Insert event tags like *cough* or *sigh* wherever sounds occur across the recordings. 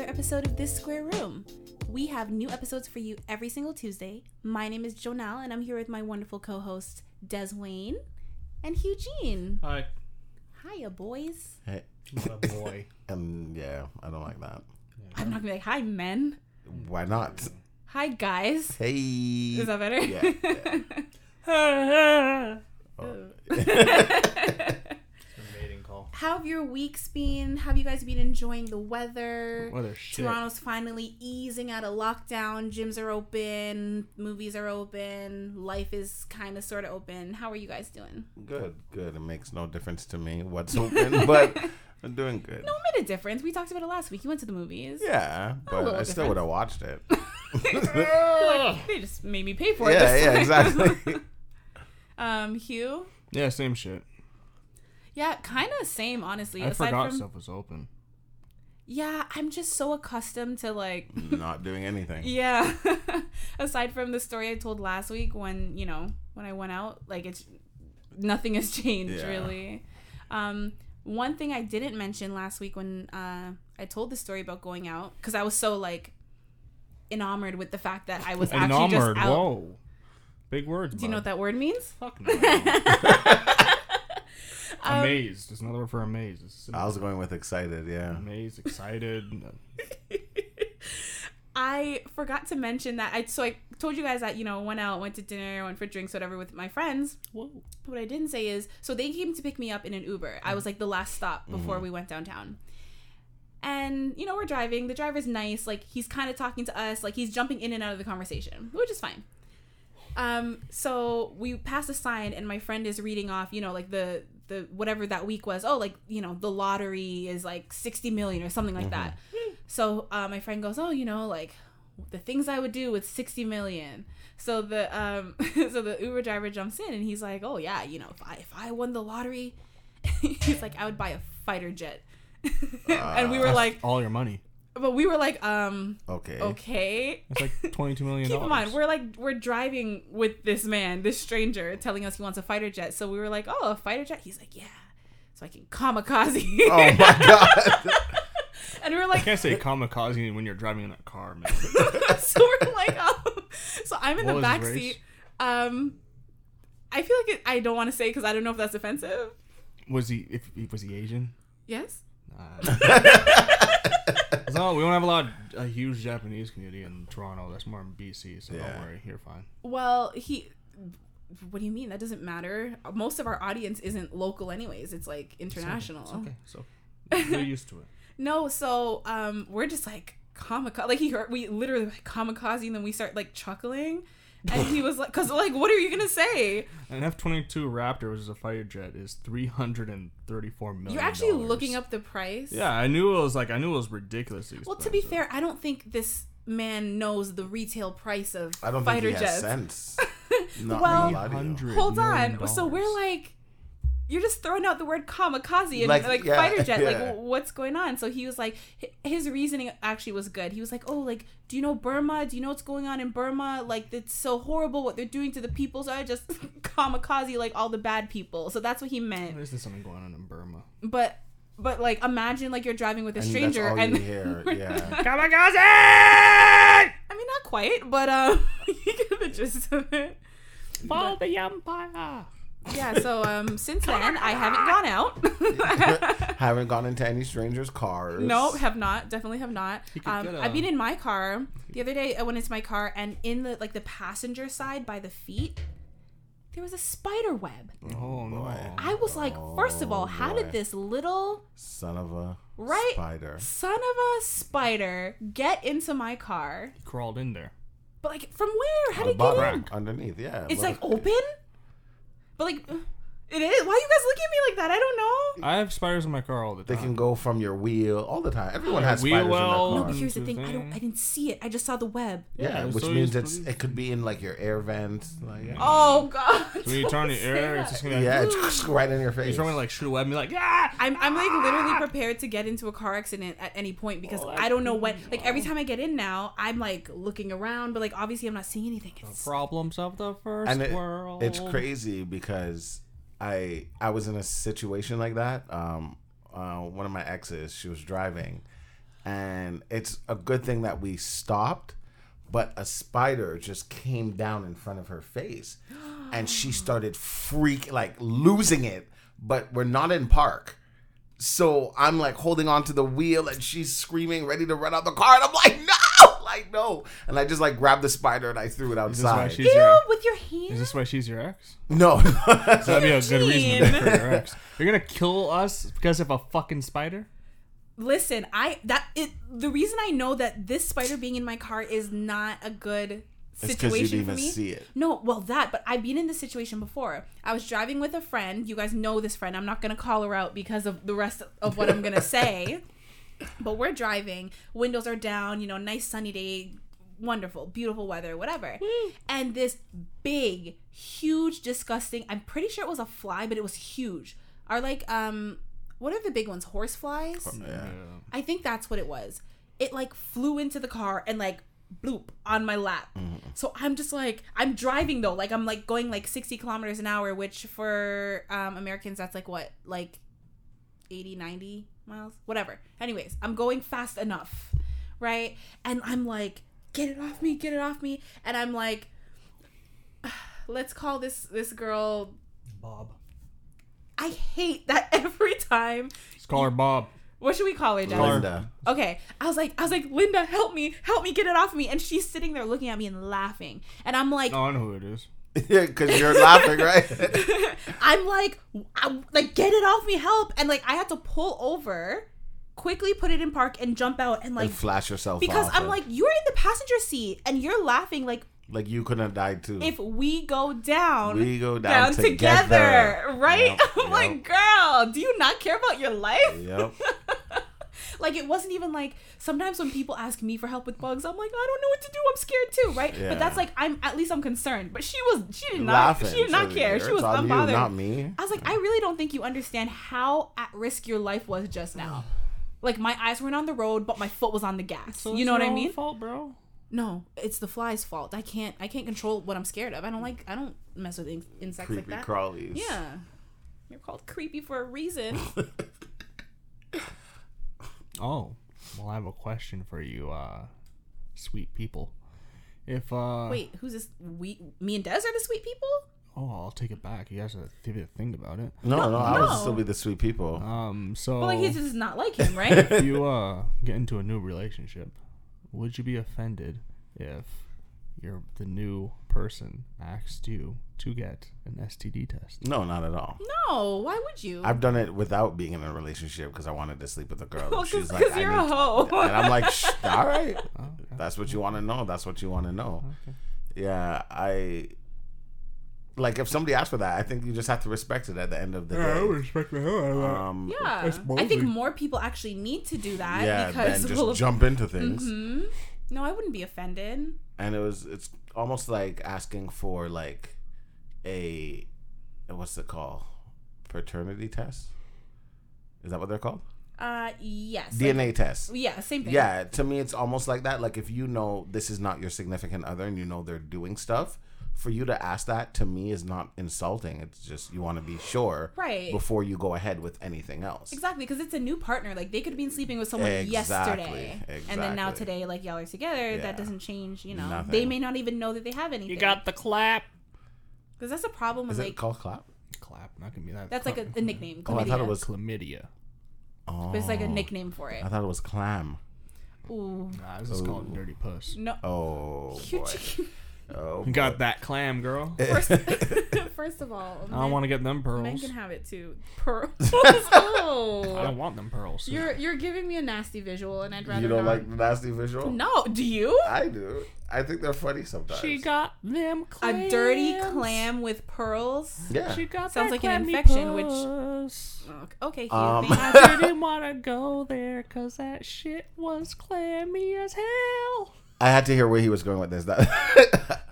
episode of This Square Room. We have new episodes for you every single Tuesday. My name is Jonal, and I'm here with my wonderful co hosts, Des Wayne and Eugene. Hi. Hiya, boys. Hey. What a boy. Um, yeah, I don't like that. I'm not gonna be like, hi, men. Why not? Hi, guys. Hey. Is Hmm. that better? Yeah, *laughs* Oh. A mating call. How have your weeks been? Have you guys been enjoying the weather? What a shit. Toronto's finally easing out of lockdown. Gyms are open, movies are open, life is kind of sort of open. How are you guys doing? Good, good. It makes no difference to me what's *laughs* open, but I'm doing good. No, it made a difference. We talked about it last week. You went to the movies. Yeah, but little I still difference. would have watched it. *laughs* Like, they just made me pay for it. yeah, *laughs* this yeah, time. exactly. um, Hugh. Yeah, same shit. Yeah, kind of same, honestly. I forgot stuff was open. Yeah, I'm just so accustomed to like not doing anything. Yeah. *laughs* Aside from the story I told last week when, you know, when I went out, like it's nothing has *laughs* changed Yeah. really. Um one thing I didn't mention last week when uh I told the story about going out cuz I was so like enamored with the fact that I was actually Enamored. just out. Whoa. Big words. Do you know what that word means? Um, Fuck no. *laughs* amazed. It's another word for amazed. It's I was going with excited, yeah. amazed, excited. I forgot to mention that I so I told you guys that you know went out, went to dinner, went for drinks, whatever with my friends. Whoa. What I didn't say is so they came to pick me up in an Uber. Mm. I was like the last stop before Mm-hmm. we went downtown. And you know we're driving. The driver's nice. Like he's kind of talking to us. Like he's jumping in and out of the conversation, which is fine. Um, so we pass a sign, and my friend is reading off, you know, like the the whatever that week was. Oh, like you know, the lottery is like sixty million or something like that. So uh, my friend goes, oh, you know, like the things I would do with sixty million. So the um, *laughs* so the Uber driver jumps in, and he's like, oh yeah, you know, if I if I won the lottery, *laughs* he's like, I would buy a fighter jet. *laughs* and we were That's like, all your money. but we were like, um, Okay. okay. *laughs* It's like twenty-two million. Keep in mind, we're like we're driving with this man, this stranger, telling us he wants a fighter jet. So we were like, "Oh, a fighter jet." He's like, "Yeah." So I can kamikaze. *laughs* Oh my god. and we were I *laughs* like, *laughs* can't say kamikaze when you're driving in a car, man. so we're like, um, so I'm in What the was back his race? seat. Um, I feel like it, I don't want to say because I don't know if that's offensive. Was he? If was he Asian? Yes. *laughs* Nah. no, we don't have a lot. A huge Japanese community in Toronto. That's more in BC. So Yeah. don't worry, you're fine. Well, he. What do you mean? That doesn't matter. Most of our audience isn't local, anyways. It's like international. So you're used to it. No, so um, we're just like kamikaze. Like he heard, we literally were like kamikaze, and then we start like chuckling, and he was like, "Cause like, what are you gonna say? An F twenty two Raptor, which is a fighter jet, is three hundred and thirty four million. You're actually looking up the price." Yeah, I knew it was like I knew it was ridiculously Well, to be expensive. fair, I don't think this man knows the retail price of I don't think fighter he has jets. *laughs* sense. Not Well- well, you. Hold on. million So we're dollars. like, you're just throwing out the word kamikaze and like, Like, yeah, fighter jet. Like, *laughs* yeah. wh- what's going on? So he was like, hi- his reasoning actually was good. He was like, oh, like, do you know Burma? Do you know what's going on in Burma? Like, it's so horrible what they're doing to the people. So I just *laughs* kamikaze, like, all the bad people. So that's what he meant. There's something going on in Burma. But, but like, imagine like you're driving with a And stranger that's all and Oh you hear. Yeah. Kamikaze! *laughs* I mean, not quite, but um, *laughs* you get the gist of it. Follow the empire. Yeah. So um, *laughs* since then, I haven't gone out. *laughs* Haven't gone into any strangers' cars. No, have not. Definitely have not. could Um, get I've been a- in my car the other day. I went into my car, and in the like the passenger side by the feet, there was a spider web. Oh no! I was like, first of Oh, all, how did boy. this little Son of a Right? spider. son of a spider get into my car? He crawled in there. But like, from where? How The did it get bottom in? underneath, yeah. It's like Look. open. But like, it is. Why you guys look at me like that? I don't know. I have spiders in my car all the They time. can go from your wheel all the time. Everyone has Wheel spiders well. No, in their but car. Mm, here's the sure thing. I don't. thing. I didn't see it. I just saw the web. Yeah, Yeah, which so means you it's just- it could be in like your air vents. Like, yeah, Oh God. when you don't turn *laughs* the say air, that. it's just gonna be like, yeah it's *laughs* right in your face. He's trying to like shoot a web and be like, ah! I'm, I'm like literally prepared to get into a car accident at any point because I don't know when. Like every time I get in now, I'm like looking around, but like obviously I'm not seeing anything. It's, Problems of the first and it- world. it's crazy because I I was in a situation like that. Um, uh, one of my exes, she was driving, and it's a good thing that we stopped. But a spider just came down in front of her face, *gasps* and she started freak like losing it. But we're not in park. So I'm like holding on to the wheel and she's screaming, ready to run out the car. And I'm like, *laughs* no, like, no. And I just like grabbed the spider and I threw it Is this why outside. she's Ew, your? with your Is hand. this why she's your ex? *laughs* no. That'd be a good reason to Eugene. pick her your ex. You're gonna kill us because of a fucking spider? Listen, I that it. The reason I know that this spider being in my car is not a good It's 'cause you situation didn't for even me. see it. No, well that, but I've been in this situation before. I was driving with a friend. You guys know this friend. I'm not gonna call her out because of the rest of what I'm gonna *laughs* say. But we're driving. Windows are down. You know, nice sunny day. Wonderful, beautiful weather, whatever. And this big, huge, disgusting. I'm pretty sure it was a fly, but it was huge. Are like um, what are the big ones? Horse flies. yeah. I think that's what it was. It like flew into the car and like bloop on my lap. So I'm just like I'm driving though, like I'm like going like 60 kilometers an hour, which for um, Americans that's like what like 80, 90 miles, whatever. Anyways, I'm going fast enough, right? And I'm like, get it off me, get it off me, and I'm like, *sighs* let's call this this girl. Bob. I hate that *laughs* every time. Let's call her Bob. What should we call her, Jess? Linda. okay i was like i was like linda help me help me get it off me and she's sitting there looking at me and laughing and i'm like Oh, I know who it is. Yeah, because you're laughing, right? *laughs* i'm like i like get it off me help and like i had to pull over quickly put it in park and jump out and *laughs* like and flash yourself because off i'm and- like you're in the passenger seat and you're laughing like like you couldn't have died too. if we go down we go down, together. together, right Yep, *laughs* i'm like girl do you not care about your life Yep. like it wasn't even like sometimes when people ask me for help with bugs i'm like i don't know what to do i'm scared too right Yeah. but that's like i'm at least i'm concerned but she was she did *laughs* not laughing. she did not so care it's she was on you, unbothered not me. i was like i really don't think you understand how at risk your life was just now like my eyes weren't on the road but my foot was on the gas you know what i mean Fault, bro. no it's the fly's fault i can't i can't control what i'm scared of i don't like i don't mess with in- insects Creepy like that crawlies. yeah you're called creepy for a *laughs* reason Oh, well, I have a question for you, uh, sweet people. If uh, wait who's this we me and des are the sweet people oh, I'll take it back. You guys have to think about it. No, no, I would no. still be the sweet people. Um, so But like *laughs* Oh. he's just not like him, *laughs* right? if you uh get into a new relationship, would you be offended if your the new person asked you to get an STD test? No, not at all. Mm. no, why would you? I've done it without being in a relationship because I wanted to sleep with a girl. *laughs* Well, and She's because like, I Oh, you're need- a hoe. and I'm like, Shh, all right, Oh, okay. that's what you want to know. That's what you want to know. Okay. Yeah, I like if somebody asked for that, I think you just have to respect it at the end of the day. respect the Uh, hell out of Um, *laughs* yeah, That's I think ballsy. more people actually need to do that yeah, because then just well, jump into things, mhm. no, I wouldn't be offended. and it was it's almost like asking for like a what's it called paternity test. Is that what they're called? Uh, yes, like- DNA test. yeah, same thing. Yeah, to me, it's almost like that. Like if you know this is not your significant other and you know they're doing stuff, for you to ask that to me is not insulting. It's just you want to be sure Right. before you go ahead with anything else. exactly. Because it's a new partner. Like they could have been sleeping with someone Exactly, yesterday, and then now exactly. today, like y'all are together. Yeah. That doesn't change. You know, Nothing. they may not even know that they have anything. the clap. because that's a problem with Is like it called clap? Clap. Not gonna be that. that's like a, a nickname. Oh, I thought chlamydia. it was. chlamydia. Oh, But it's like a nickname for it. I thought it was clam. Ooh, Nah, this is called dirty puss. no. Oh You boy. *laughs* chicken. Oh, You *laughs* got that clam, girl. First, *laughs* first of all, I don't men- want to get them Men pearls. can have it too. *laughs* *laughs* Pearls. oh. I don't want them pearls. *laughs* You're you're giving me a nasty visual, and I'd rather you don't not. like the nasty visual? no, do you? I do. I think they're funny sometimes. got them A dirty clam with pearls. Yeah. got Sounds like an clammy infection, which- puss. *laughs* Oh, Okay, Hugh, Um, they *laughs* have- didn't want to go there because that shit was clammy as hell. I had to hear where he was going with this. That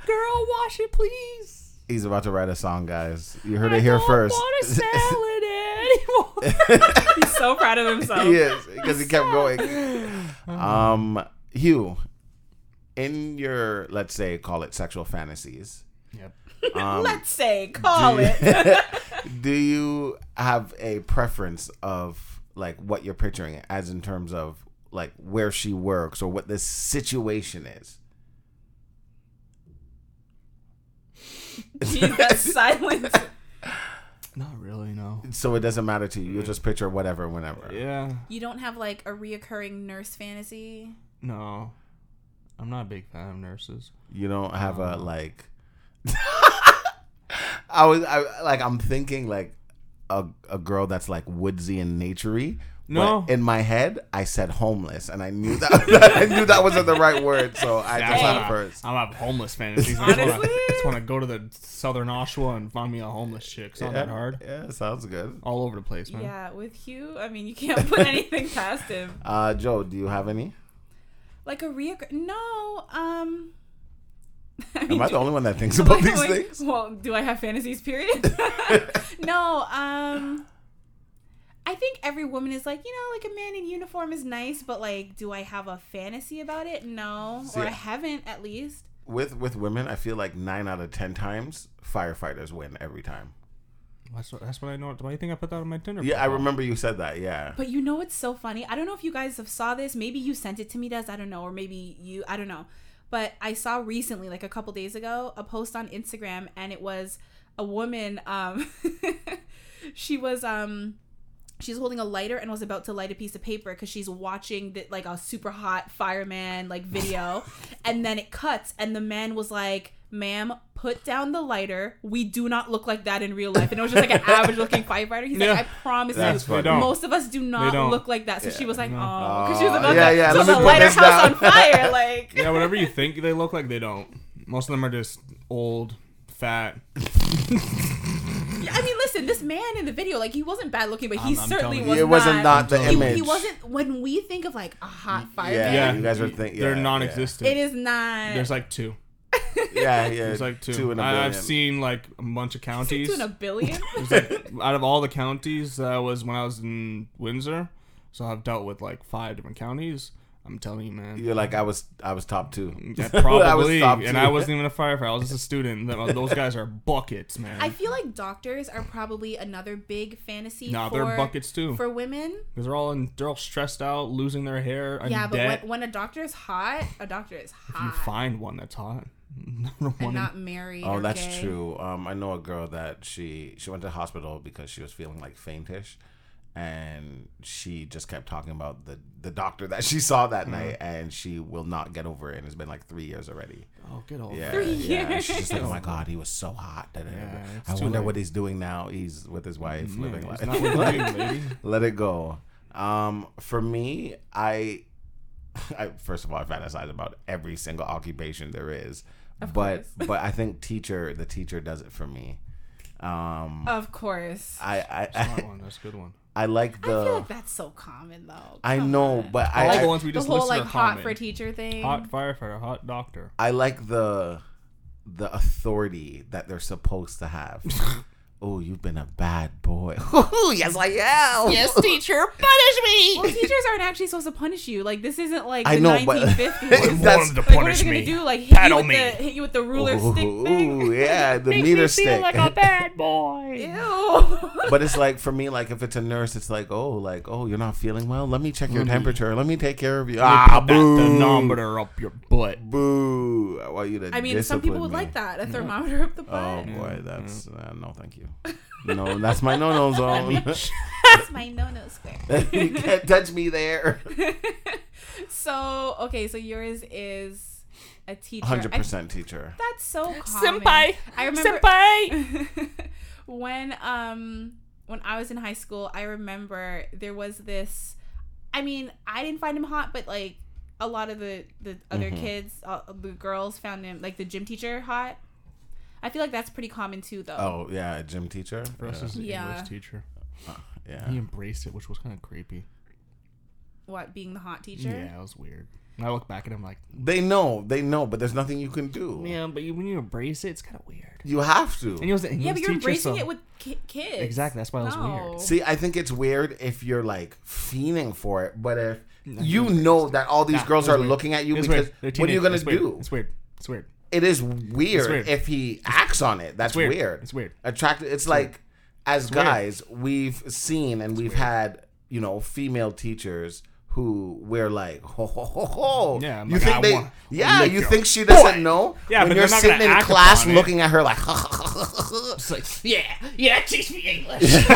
Girl, wash it, please. *laughs* he's about to write a song, guys. You heard it here first. *laughs* *laughs* it anymore. *laughs* he's so proud of himself. he is because he kept going. *laughs* Um, Hugh, in your let's say call it sexual fantasies, yep. *laughs* um, Let's say, call it. *laughs* *laughs* do you have a preference of like what you're picturing as in terms of like where she works or what the situation is. Jeez, that silence. Not really, no. So it doesn't matter to you. You'll just picture whatever, whenever. Yeah, You don't have like a reoccurring nurse fantasy. no. I'm not a big fan of nurses. You don't have a Um. like. *laughs* I was I like I'm thinking like a a girl that's like woodsy and naturey. No. But in my head, I said homeless, and I knew that *laughs* I knew that wasn't the right word, so I just went first. I'm a homeless fantasies. I just wanna- Honestly? just want to go to the southern Oshawa and find me a homeless chick. It's not that hard. Yeah, sounds good. All over the place, man. Yeah, with Hugh, I mean, you can't *laughs* put anything past him. Uh, Joe, do you have any? Like a reoccur. No. Um. *laughs* I Am I do- *laughs* the only one that thinks am about I these going- things? Well, do I have fantasies? *laughs* Period. *laughs* no. Um. I think every woman is like, you know, like a man in uniform is nice, but like, do I have a fantasy about it? No, See, or I haven't at least. With with women, I feel like nine out of ten times firefighters win every time. That's what, that's what I know. Why do you think I put that on my Tinder? Yeah, I profile? remember you said that. Yeah, But you know what's so funny? I don't know if you guys have saw this. Maybe you sent it to me, Des. I don't know, or maybe you. I don't know. But I saw recently, like a couple days ago, a post on Instagram, and it was a woman. Um, *laughs* she was um, she's holding a lighter and was about to light a piece of paper because she's watching the, like a super hot fireman like video, *laughs* and then it cuts, and the man was like. Ma'am, put down the lighter. We do not look like that in real life. And it was just like an average looking firefighter. He's Yeah. like, I promise That's you, funny. don't. most of us do not don't. look like that. So she was like, oh, No. because she was about Yeah, to yeah, so let me the put lighter this house down. on fire. *laughs* Like, Yeah, whatever you think they look like, they don't. Most of them are just old, *laughs* fat. I mean, listen, this man in the video, like, he wasn't bad looking, but he I'm- I'm certainly telling was you. it wasn't not the he, image. he wasn't. When we think of like a hot fire, Yeah, Yeah, you guys are think- they're yeah, non-existent. it is not. There's like two. *laughs* Yeah, yeah. There's like two. in a I- I've billion. seen like a bunch of counties. two in a *laughs* billion. It's like, out of all the counties, that was when I was in Windsor. So I've dealt with like five different counties. I'm telling you, man. You're like I was. I was top two. Yeah, *laughs* I was probably. top and two. I wasn't even a firefighter. I was just a student. Th- Those guys are buckets, man. I feel like doctors are probably another big fantasy. nah, for, they're buckets too. for women. Because they're all in, they're all stressed out, losing their hair. I'm Yeah, but dead. when, when a doctor is hot, a doctor is you hot find one that's hot. *laughs* Number one. and in- not married. Oh, or that's gay. true. Um, I know a girl that she she went to the hospital because she was feeling like faintish, and she just kept talking about the the doctor that she saw that night, and she will not get over it, and it's been like three years already. oh, good old. *laughs* Yeah, Three yeah. And She's just like, oh my years. god, he was so hot. Da- da- da- da. Yeah, it's I too wonder late. what he's doing now. He's with his wife, Yeah, living it's life. not what you do, lady. *laughs* Let it go. Um, for me, I, I first of all, I fantasize about every single occupation there is, but *laughs* but I think teacher, the teacher does it for me. Um, Of course. I I I, *laughs* Smart one. That's a good one. I like I feel the like that's so common though. I, Come know, on. but all I, the I ones we the just whole listed like are hot common. for teacher thing. hot firefighter, hot doctor. I like the the authority that they're supposed to have. *laughs* oh, you've been a bad *laughs* boy. Oh, yes I am. Yes, teacher, punish Well, teachers aren't actually supposed to punish you. Like this isn't like I the know, but 1950s. like, that's to what are they gonna do? Like hit you, Paddle with me. the, hit you with the ruler stick thing? *laughs* *laughs* Ooh, yeah, the meter stick. bad *laughs* boy. Ew. *laughs* but it's like for me, like if it's a nurse, it's like, oh, like oh, you're not feeling well. Let me check your temperature. Let me take care of you. Ah, Put that boo, thermometer up your butt. boo. I want you to. I mean, some people would like discipline that. Mm-hmm. A thermometer up the me. Oh Um, *laughs* butt. boy, that's uh, no, *laughs* thank you. No, that's my no-no zone. That's my no-no square. *laughs* you *laughs* can't touch *laughs* me there. So okay, so yours is a teacher. Hundred I- percent teacher. That's so *laughs* common. Senpai. I remember Senpai. *laughs* when um when I was in high school, I remember there was this. I mean, I didn't find him hot, but like a lot of the the other Mm-hmm. kids, uh, the girls found him like the gym teacher hot. I feel like that's pretty common too, though. Oh yeah, a gym teacher. For us Yeah, as an Yeah. English teacher, yeah. he embraced it, which was kind of creepy. What being the hot teacher? Yeah, it was weird. And I look back at him like, They know, they know, but there's nothing you can do. yeah, but you, when you embrace it, it's kind of weird. You have to. And he was an English Yeah, but you're teacher, embracing so- it with ki- kids. Exactly, that's why it was weird. See, I think it's weird if you're like fiending for it, but if you know that all these Nah, girls it was are weird. looking at you It's because weird. They're what are you teenagers. gonna It's weird. do? It's weird. It's weird. It is weird, weird. if he acts on it. That's weird. weird. It's weird. Attractive. It's like as weird. guys, we've seen and we've had you know female teachers who we're like, ho ho ho ho. Yeah, I'm you like, think I they? wanna yeah, lick you your think she doesn't know? Yeah, when but you're they're not sitting gonna in act class upon it. looking at her like, *laughs* It's like, yeah, yeah, teach me English.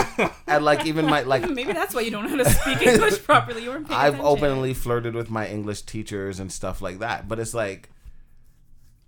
and like even my like *laughs* *laughs* Maybe that's why you don't know how to *laughs* speak English properly. You weren't paying I've attention. openly flirted with my English teachers and stuff like that, but it's like,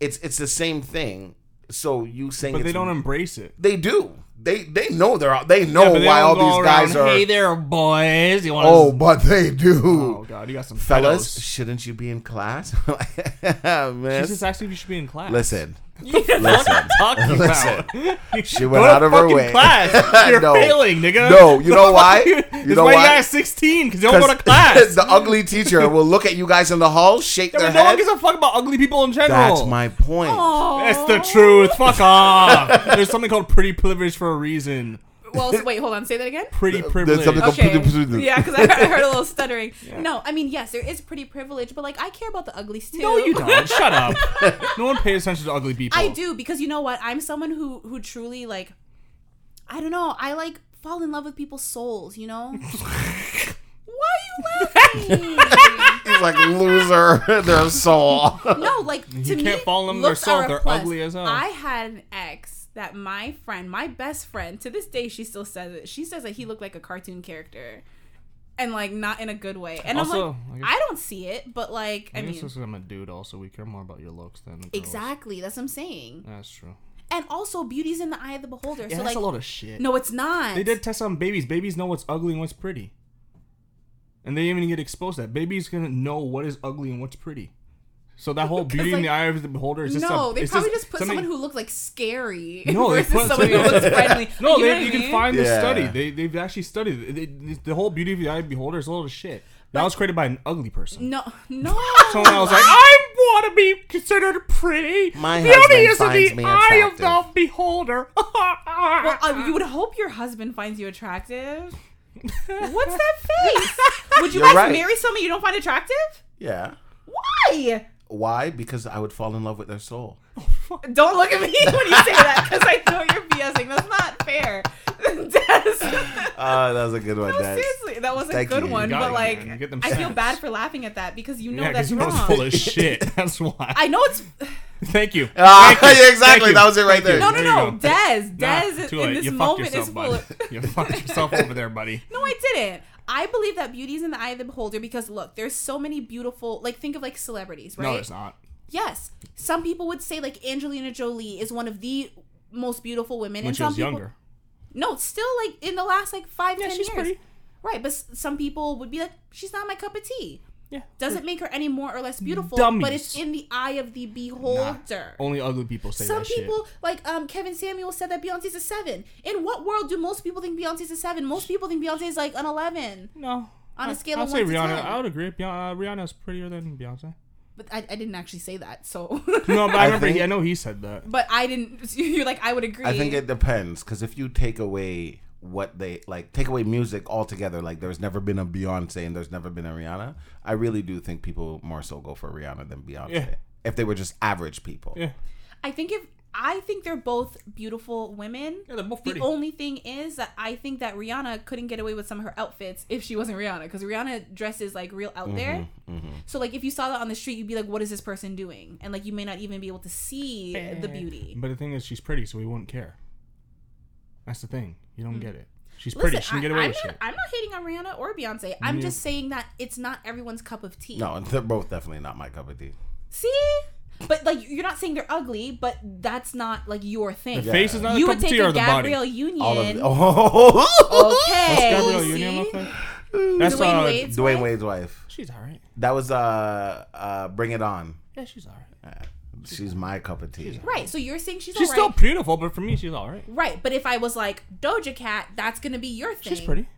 it's it's the same thing. So you *laughs* saying but they it's- don't embrace it. They do. They they know they're all- they know Yeah, but they why all don't go these guys around, are. Hey there, boys. You want oh, but they do. oh god, you got some *laughs* Fellas, pedos. shouldn't you be in class? *laughs* She's Miss, just asking if you should be in class. listen. listen, talking *laughs* Listen. about. *laughs* She went out of her way. Class, *laughs* you're No. failing, nigga. No, *laughs* you know why? You, You this know why you why? got a 16 because you don't *laughs* go to 'Cause class. *laughs* the ugly teacher will look at you guys in the hall, shake Yeah, their but no one head. gives a fuck about ugly people in general. That's my point. Aw. That's the truth. Fuck off. There's something called pretty privilege for a reason. Well, so wait, hold on. Say that again. Pretty privilege. something called- Okay. Completely- yeah, because I, heard- I heard a *laughs* little stuttering. No, I mean, yes, there is pretty privilege, but like, I care about the uglies too. no, you don't. Shut *laughs* up. No one pays attention to ugly people. I *laughs* do because you know what? I'm someone who who truly like, I don't know. I like fall in love with people's souls. You *laughs* know. Why are you *laughs* laughing? He's like loser *laughs* their soul. no, like to You me, can't fall in love with their looks soul. are a They're plus. ugly as hell. I had an ex that my friend, my best friend, to this day, she still says it. She says that he looked like a cartoon character. And like not in a good way, and Also, I I'm guess- like, I, don't see it, but like, I I mean, guess I'm a dude. Also, we care more about your looks than the girls. exactly, that's what I'm saying. That's true. And also, beauty's in the eye of the beholder. Yeah, so that's like, a lot of shit. no, it's not. They did tests on babies. Babies know what's ugly and what's pretty. And they even get exposed to that. Babies gonna know what is ugly and what's pretty. So *laughs* that whole beauty in like- the eye of the beholder is just no, a, they it's probably just just put something- someone who looked like scary *laughs* No, they *laughs* versus put- someone who looks *laughs* friendly. you No, know they, what I you mean? can find the Yeah. study. They they've actually studied it. They- they- the whole beauty of the eye of the beholder is a lot of shit. That was created by an ugly person. *laughs* No, no. Someone else like I want to be considered pretty. My husband beauty is in finds the me eye of the attractive." beholder. *laughs* Well, uh, you would hope your husband finds you *laughs* attractive. What's that face? Would you You're guys right. marry someone you don't find attractive? Yeah. Why? Why? Because I would fall in love with their *laughs* soul. Don't look at me *laughs* when you say that because I know you're BSing. That's not fair. *laughs* That's- Uh, that was a good one, No, Des. seriously, that was a Thank good you. You one, got but it, like, man. You get them I feel snaps. bad for laughing at that because you know yeah, that's because you know it's wrong. full of shit. *laughs* That's why. I know *laughs* it's Thank you. Ah, Thank you. *laughs* yeah, exactly. Thank you. That was it right there. no, no, you no, go. Dez, Nah, Dez too in late. this you fucked moment yourself, is full. bud. Of, *laughs* *laughs* You fucked yourself over there, buddy. no, I didn't. I believe that beauty is in the eye of the beholder because look, there's so many beautiful. Like think of like celebrities, right? No, it's not. Yes, some people would say like Angelina Jolie is one of the most beautiful women, When and she some was people, younger. No, still like in the last like five, ten Yeah, she's years. pretty. Right, but s- some people would be like, she's not my cup of tea. Yeah. Doesn't make her any more or less beautiful, but it's Dummies. in the eye of the beholder. Only ugly people say Some that people, like um, Kevin Samuel, said that Beyonce's a seven. In what world do most people think Beyonce's a seven? Most people think Beyonce's like an eleven. shit. No. On a I- scale I'll of say one to Rihanna. 10. I would agree. Beyonce, uh, Rihanna's prettier than Beyonce. But I, I didn't actually say that, so. *laughs* No, but I, I remember. think- he, I know he said that. but I didn't. *laughs* You're like I would agree. I think it depends because if you take away what they like, take away music altogether, like there's never been a Beyonce and there's never been a Rihanna. I really do think people more so go for Rihanna than Beyonce. Yeah. If they were just average people, Yeah. I think if I think they're both beautiful women. Yeah, they're both The pretty. only thing is that I think that Rihanna couldn't get away with some of her outfits if she wasn't Rihanna, because Rihanna dresses like real out Mm-hmm. there. Mm-hmm. So like if you saw that on the street, you'd be like, "What is this person doing?" And like you may not even be able to see the beauty. But the thing is, she's pretty, so we wouldn't care. That's the thing. You don't get it. She's pretty. Hmm. Listen, She can I, get away am with not, shit. I'm not hating on Rihanna or Beyonce. I'm Yeah. just saying that it's not everyone's cup of tea. No, *laughs* they're both definitely not my cup of tea. See, but like you're not saying they're ugly, but that's not like your thing. Yeah. Face is not You a cup would of take tea or a the body. Gabrielle Union. All of *laughs* oh, Okay. Gabrielle see? Union look like? That's Dwayne uh, Wade's Dwayne wife? Wade's wife. She's alright. That was uh, uh, Bring It On. Yeah, she's alright. She's my cup of tea. Right. So you're saying she's She's all still right. beautiful, but for me, she's alright. right. But if I was like Doja Cat, that's gonna be your thing. She's pretty.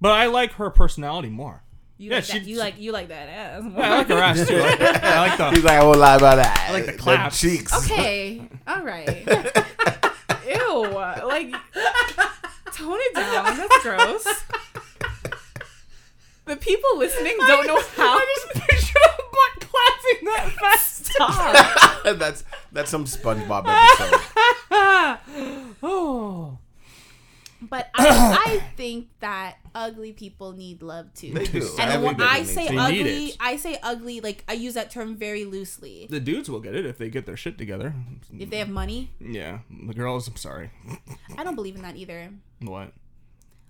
But I like her personality more. You Yeah, like she- that. You like you like that ass. more. I like her ass too. I like, I like *laughs* He's the. like, I won't lie about that. I like *laughs* the claps. cheeks. Okay. All right. Ew. Like tone it down. That's gross. The people listening don't know how. I just picture a butt clapping that fast. *laughs* Stop. *laughs* that's that's some SpongeBob episode. Oh. But I, I think that ugly people need love too. *laughs* They do. And when Everybody I needs say it. They need ugly, it. I say ugly. Like I use that term very loosely. The dudes will get it if they get their shit together. If they have money, Yeah, the girls. I'm sorry. I don't believe in that either. What?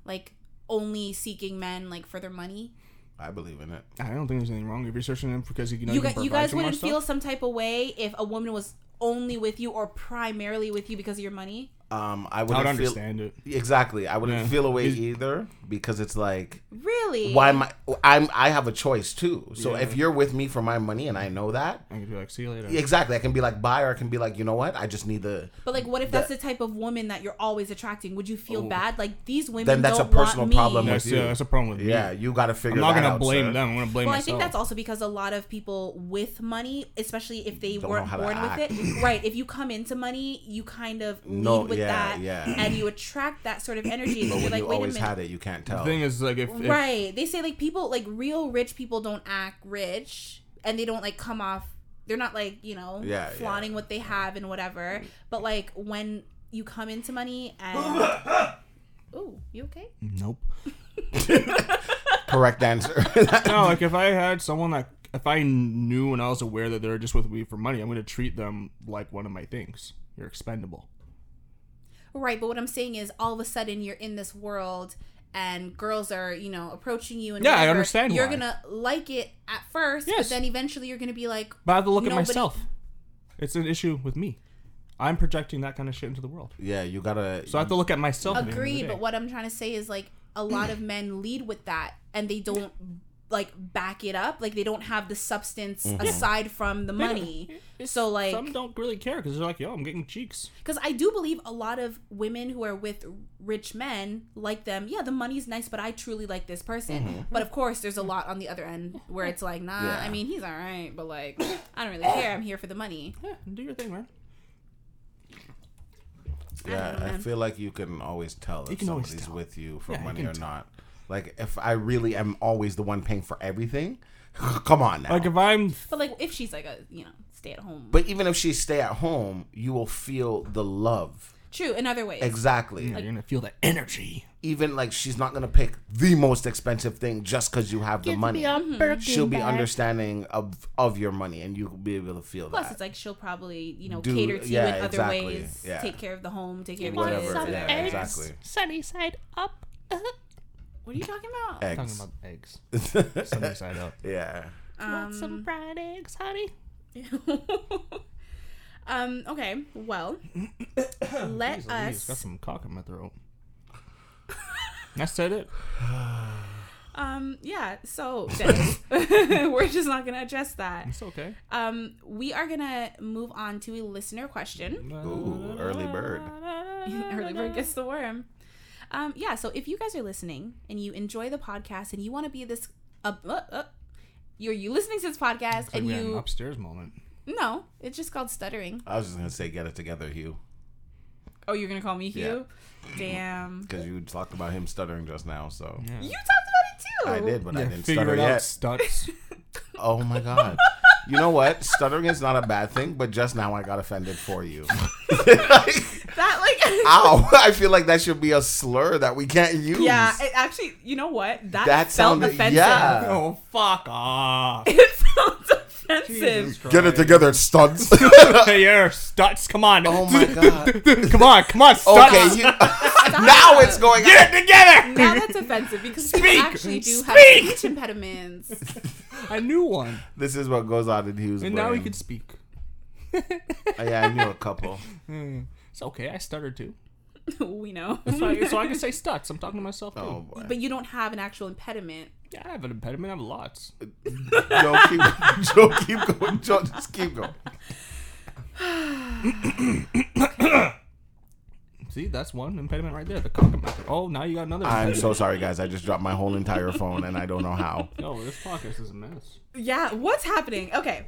Like only seeking men like for their money. I believe in it. I don't think there's anything wrong with researching them because you know you, you, can gu- you provide guys so much wouldn't stuff. feel some type of way if a woman was only with you or primarily with you because of your money. Um, I I wouldn't would feel understand it. exactly. I wouldn't Yeah. feel away Is- either because it's like Really? why am I? I'm I have a choice too. So Yeah. if you're with me for my money and I know that I could be like, see you later. exactly, I can be like buy or I can be like you know what I just need the. But like, what if that's the type of woman that you're always attracting? Would you feel bad? Like these women. Then that's don't a personal want me. problem That's, with you. yeah, that's a problem with me. Yeah, you got to figure. I'm not that gonna out, blame sir. them. I'm gonna blame Well, I myself. think that's also because a lot of people with money, especially if they Don't know weren't how to born with act. it, right? If you come into money, you kind of lead No, with yeah, that, yeah. and you attract that sort of energy. And But then you're when like, you wait a always minute, had it, you can't tell. the thing is like if, if right? They say like people, like real rich people, don't act rich, and they don't like come off. They're not like you know Yeah, flaunting what they have and whatever. But like when you come into money *laughs* and. Ooh, you okay? Nope. *laughs* Correct *laughs* answer. No, like if I had someone that if I knew and I was aware that they were just with me for money, I'm gonna treat them like one of my things. You're expendable. Right, but what I'm saying is all of a sudden you're in this world and girls are, you know, approaching you and Yeah, I whatever. understand You're why. going to like it at first, but Yes. then eventually you're going to be like, But I have to look Nobody- at myself. It's an issue with me. I'm projecting that kind of shit into the world. yeah, you gotta. So I have to look at myself. at the end of the agreed, day. but what I'm trying to say is like a lot of men lead with that and they don't like back it up. Like they don't have the substance Mm-hmm. aside from the money. So like some don't really care because they're like, yo, I'm getting cheeks. Because I do believe a lot of women who are with rich men like them. Yeah, the money's nice, but I truly like this person. Mm-hmm. But of course, there's a lot on the other end where it's like, nah, Yeah. I mean, he's all right, but *coughs* like, I don't really care. I'm here for the money. Yeah, do your thing, man. Yeah, don't know, I, man. feel like you can always tell if can always somebody's tell. with you for Yeah, you money can or tell. not. Like if I really am always the one paying for everything, *laughs* come on now. Like if I'm But like, if she's like a, you know, stay at home. but even if she stay at home, you will feel the love. True, in other ways. Exactly. you're gonna feel that energy. Even like she's not gonna pick the most expensive thing just because you have the money. Mm-hmm. She'll be understanding of of your money, and you'll be able to feel Plus, that. it's like she'll probably, you know, Do- cater to yeah, you in other exactly, ways. yeah. Take care of the home, take care of the Whatever. kids. Yeah, whatever. exactly. Sunny side up. *laughs* What are you talking about? Talking Eggs. about eggs. *laughs* Sunny *laughs* side up. yeah. Want some fried eggs, honey? um. Okay. Well, *coughs* let Jeez Louise, us. got some cock in my throat. I said it. Um, yeah, *laughs* so Dennis, *laughs* we're just not gonna address that. It's okay. Um, we are gonna move on to a listener question. *laughs* Ooh, early bird. Early bird gets the worm. Um, yeah, so if you guys are listening and you enjoy the podcast and you want to be this, uh, uh, uh, you're you listening to this podcast Like and we had an you upstairs moment. no, it's just called stuttering. I was just gonna say, get it together, Hugh, Oh, you're gonna call me Yeah. Hugh? Damn, because you talked about him stuttering just now. So you talked about I it too. did, but I didn't figure stutter it yet. out. *laughs* Stuts. Oh my god. You know what? Stuttering is not a bad thing, but just now I got offended for you. *laughs* That like Ow! *laughs* I feel like that should be a slur that we can't use. *laughs* yeah, it actually, you know what? That, That felt sounded- offensive. *laughs* yeah. oh, fuck off. *laughs* It sounds offensive. Get it *laughs* together, studs. *laughs* Hey, yeah, Stuts. Come on. *laughs* oh *laughs* my god. come on. Come on, Stuts. Okay, you, *laughs* now it's going. Get it together. Now that's offensive because people Speak! actually do have Speak! speech impediments. *laughs* I knew one. This is what goes on in Hughes. And brain. now he could speak. Oh, yeah, I knew *laughs* a couple. It's okay. I stuttered too. we *laughs* know. So I, so I can say Stuts. I'm talking to myself too. Oh boy. But you don't have an actual impediment. Yeah, I have an impediment. I have lots. Joe, keep, *laughs* Joe, keep going. Joe, just keep going. See, that's one impediment right there. The cock in my throat. Oh, now you got another I'm impediment. so sorry, guys. I just dropped my whole entire phone, and I don't know how. Yo, this podcast is a mess. Yeah, what's happening? Okay.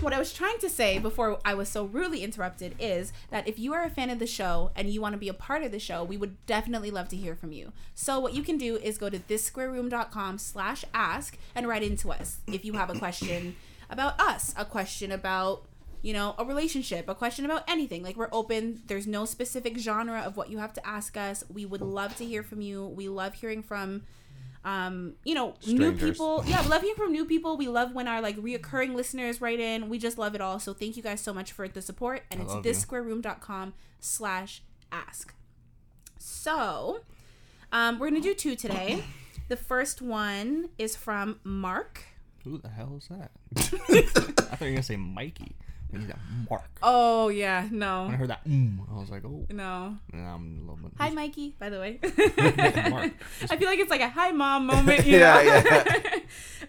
What I was trying to say before I was so rudely interrupted is that if you are a fan of the show and you want to be a part of the show, we would definitely love to hear from you. So what you can do is go to thissquareroom.com slash ask and write into us if you have a question about us, a question about you know, a relationship, a question about anything. Like we're open. There's no specific genre of what you have to ask us. We would love to hear from you. We love hearing from um, you know, new Strangers. people. Yeah, we love hearing from new people. We love when our like reoccurring listeners write in. We just love it all. So thank you guys so much for the support. And I it's love you. thissquareroom.com slash ask. So um, we're gonna do two today. The first one is from Mark. Who the hell is *laughs* that? I thought you were gonna say Mikey. When you got Mark. Oh yeah, When I no, heard that, mm, I was like, oh, no. and I'm a little bit. Hi, Mikey. By the way, *laughs* *laughs* Mark. Just, I feel like it's like a hi mom moment. *laughs* You Yeah, know? *laughs*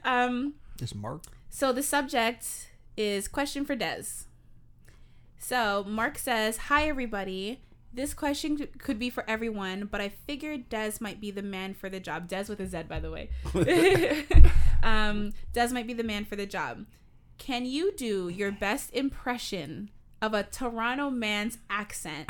um. just Mark. So the subject is question for Des. So Mark says, "Hi everybody. This question c- could be for everyone, but I figured Des might be the man for the job. Des with a Z, by the way. *laughs* um, Des might be the man for the job. Can you do your best impression of a Toronto man's accent?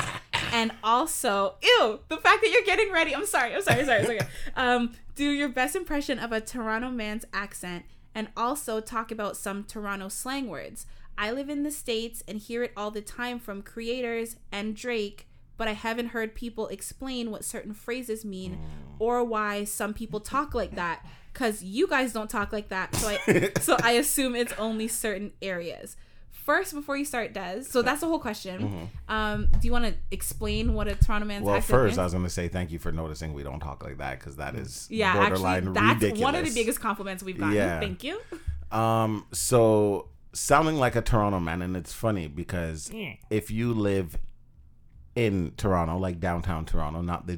And also, ew, the fact that you're getting ready. I'm sorry. I'm sorry. Sorry. It's okay. Um, do your best impression of a Toronto man's accent and also talk about some Toronto slang words. I live in the States and hear it all the time from creators and Drake, but I haven't heard people explain what certain phrases mean or why some people talk like that. Cause you guys don't talk like that, so *laughs* I so I assume it's only certain areas. First, before you start, Des, so that's the whole question. Um, do you want to explain what a Toronto man's Mm-hmm. Well, accent first is? I was gonna say thank you for noticing we don't talk like that because that is yeah, borderline actually, that's ridiculous. one of the biggest compliments we've gotten. Yeah. Thank you. Um, so sounding like a Toronto man, and it's funny because if you live in Toronto, like downtown Toronto, not the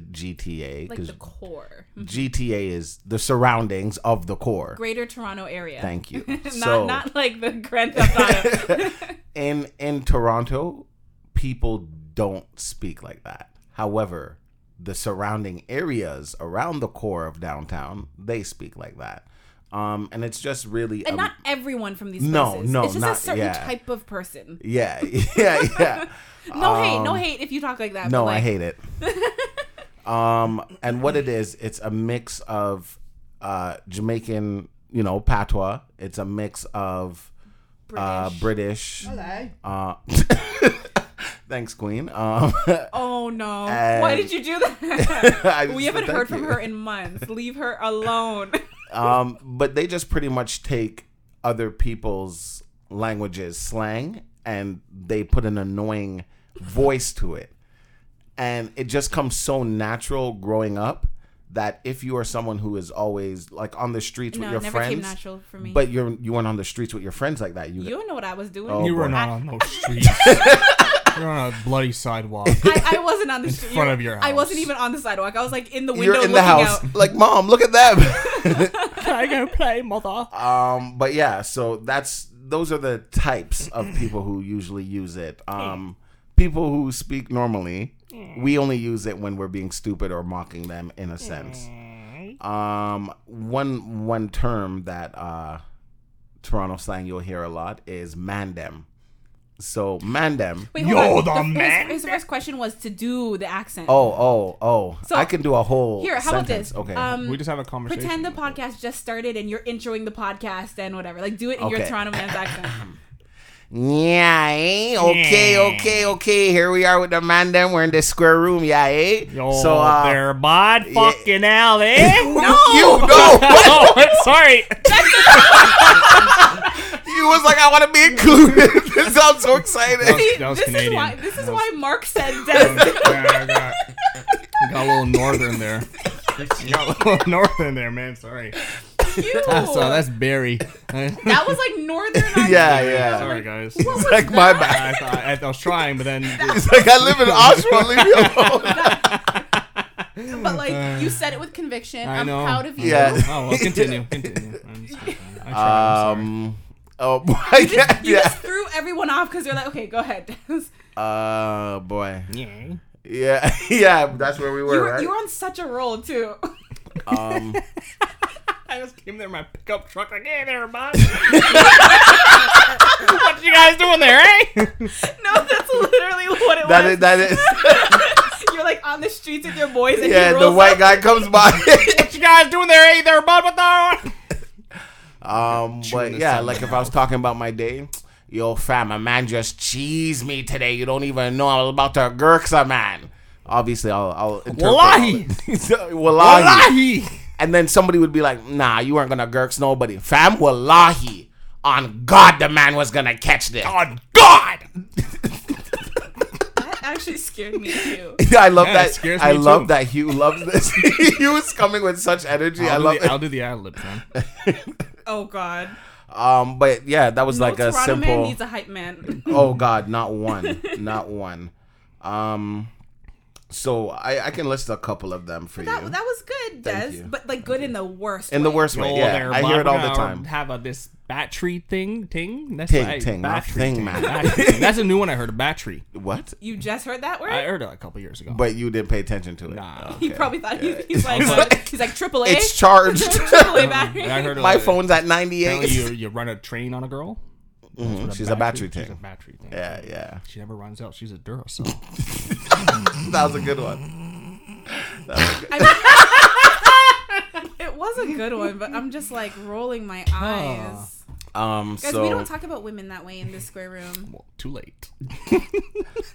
Like GTA, because the mm-hmm. core, GTA is the surroundings of the core. Greater Toronto area. *laughs* *laughs* Thank you. not so not like the Grand Theft *laughs* Auto. in in Toronto, people don't speak like that. However, the surrounding areas around the core of downtown, they speak like that. Um, and it's just really and a- not everyone from these No, places. no, it's just a not- certain yeah. type of person. yeah, *laughs* yeah, yeah. No hate, no hate if you talk like that. Um, No, but like, I hate *laughs* it. um, and what it is, it's a mix of uh, Jamaican, you know, patois. It's a mix of uh, British. Uh, *laughs* thanks, Queen. Um, *laughs* Oh no! And- Why did you do that? *laughs* I we just- haven't thank heard from you. her in months. Leave her *laughs* alone. *laughs* Um, but they just pretty much take other people's languages, slang, and they put an annoying voice to it. And it just comes so natural growing up that if you are someone who is always like on the streets no, with it your never came friends, natural for me. but you're you weren't on the streets with your friends like that, you, you don't know what I was doing. Oh, you were boy. not *laughs* on no streets. You're on a bloody sidewalk. I, I wasn't *laughs* on the street. front of your I wasn't house. even on the sidewalk. I was like in the window you're in looking the house. out. Like, mom, look at them. *laughs* Can *laughs* I go play, mother? Um, but yeah, so that's those are the types *clears throat* of people who usually use it. Um, people who speak normally, we only use it when we're being stupid or mocking them in a sense. Um, one one term that uh, Toronto slang you'll hear a lot is mandem. So mandem. Wait, You're hold the on. man. First, his first question was to do the accent. Oh oh oh! So- I can do a whole Here, how sentence. about this? Okay. Um, we just have a conversation. pretend the podcast just started and you're introing the podcast and whatever. Like, do it in your Okay. Toronto man's *laughs* accent. yeah. Eh? Okay. Okay. Okay. Here we are with the mandem. We're in the square room. Yeah. Eh? Yo, so uh, *laughs* there, bud. Fucking hell, *laughs* eh? No! You *laughs* no! oh, I'm sorry. you was like, I want to be included. *laughs* this sounds so exciting. See, That was this Canadian. is why this is That why Mark said *laughs* death. *laughs* Yeah, I got, *laughs* I got a little northern there. *laughs* I got a little northern there, man. Sorry. you. That's, uh, that's Barry. *laughs* that was like *laughs* northern. Ireland. *laughs* Yeah, yeah. Sorry, guys. It's like my bad. I, thought, I, I was trying, but then It's like I *laughs* live in Oshawa. Leave me alone. But like you said it with conviction. I I'm know. proud of you. Yeah. Oh, well, continue, continue. I'm just kidding. I tried, I'm sorry. Um. Oh *laughs* boy. I can't- You yeah. just threw everyone off because they're like, okay, go ahead. *laughs* Des." Uh. Boy. Yeah. Yeah. *laughs* Yeah. That's where we were. you, were, right? you were on such a roll too. *laughs* um. I just came there in my pickup truck, like, hey there, bud. what you guys doing there, eh? no, that's literally what it That was. is. That is. *laughs* You're like on the streets with your boys, and Yeah. he rolls The white up. guy comes by. *laughs* What you guys doing there, eh there, bud? What the? Um, but this yeah, up like if I was talking about my day, yo, fam, a man just cheese me today. You don't even know I'm about to gurk a man. Obviously, I'll, I'll interpret. Wallahi. *laughs* Wallahi. And then somebody would be like, nah, you weren't going to gurks nobody. Fam, wallahi. On God, the man was going to catch this. On God. That actually scared me too. *laughs* *laughs* I love Yeah, it that. scares I me love too. that Hugh loves this. *laughs* Hugh is coming with such energy. I'll, i do love the, it. I'll do the ad lib thing. Oh God. Um, but yeah, that was No like a Toronto man simple. needs a *laughs* hype man. oh God, not one, not one. Um, so I I can list a couple of them for That, you. that was good, Thank Des, you. but like good in the worst. in the way. worst way, yeah, I hear it all the time. Have a, this battery thing, ting. That's Ting, right, ting, not battery thing, man. *laughs* battery ting. That's a new one I heard. A battery. What? You just heard that word. I heard it a couple years ago. But you didn't pay attention to it. nah, he probably thought he, he's like uh, he's like triple A. It's *laughs* charged. *laughs* triple A *laughs* battery. I heard it My like- phone's at Apparently, you ninety-eight. you run a train on a girl. *laughs* She's a battery She's a thing. battery thing. Yeah, yeah. She never runs out. She's a Duracell. That was a good one. It was a good one, but I'm just *laughs* like rolling my eyes. Um, Guys, so we don't talk about women that way in this square room. well, too late.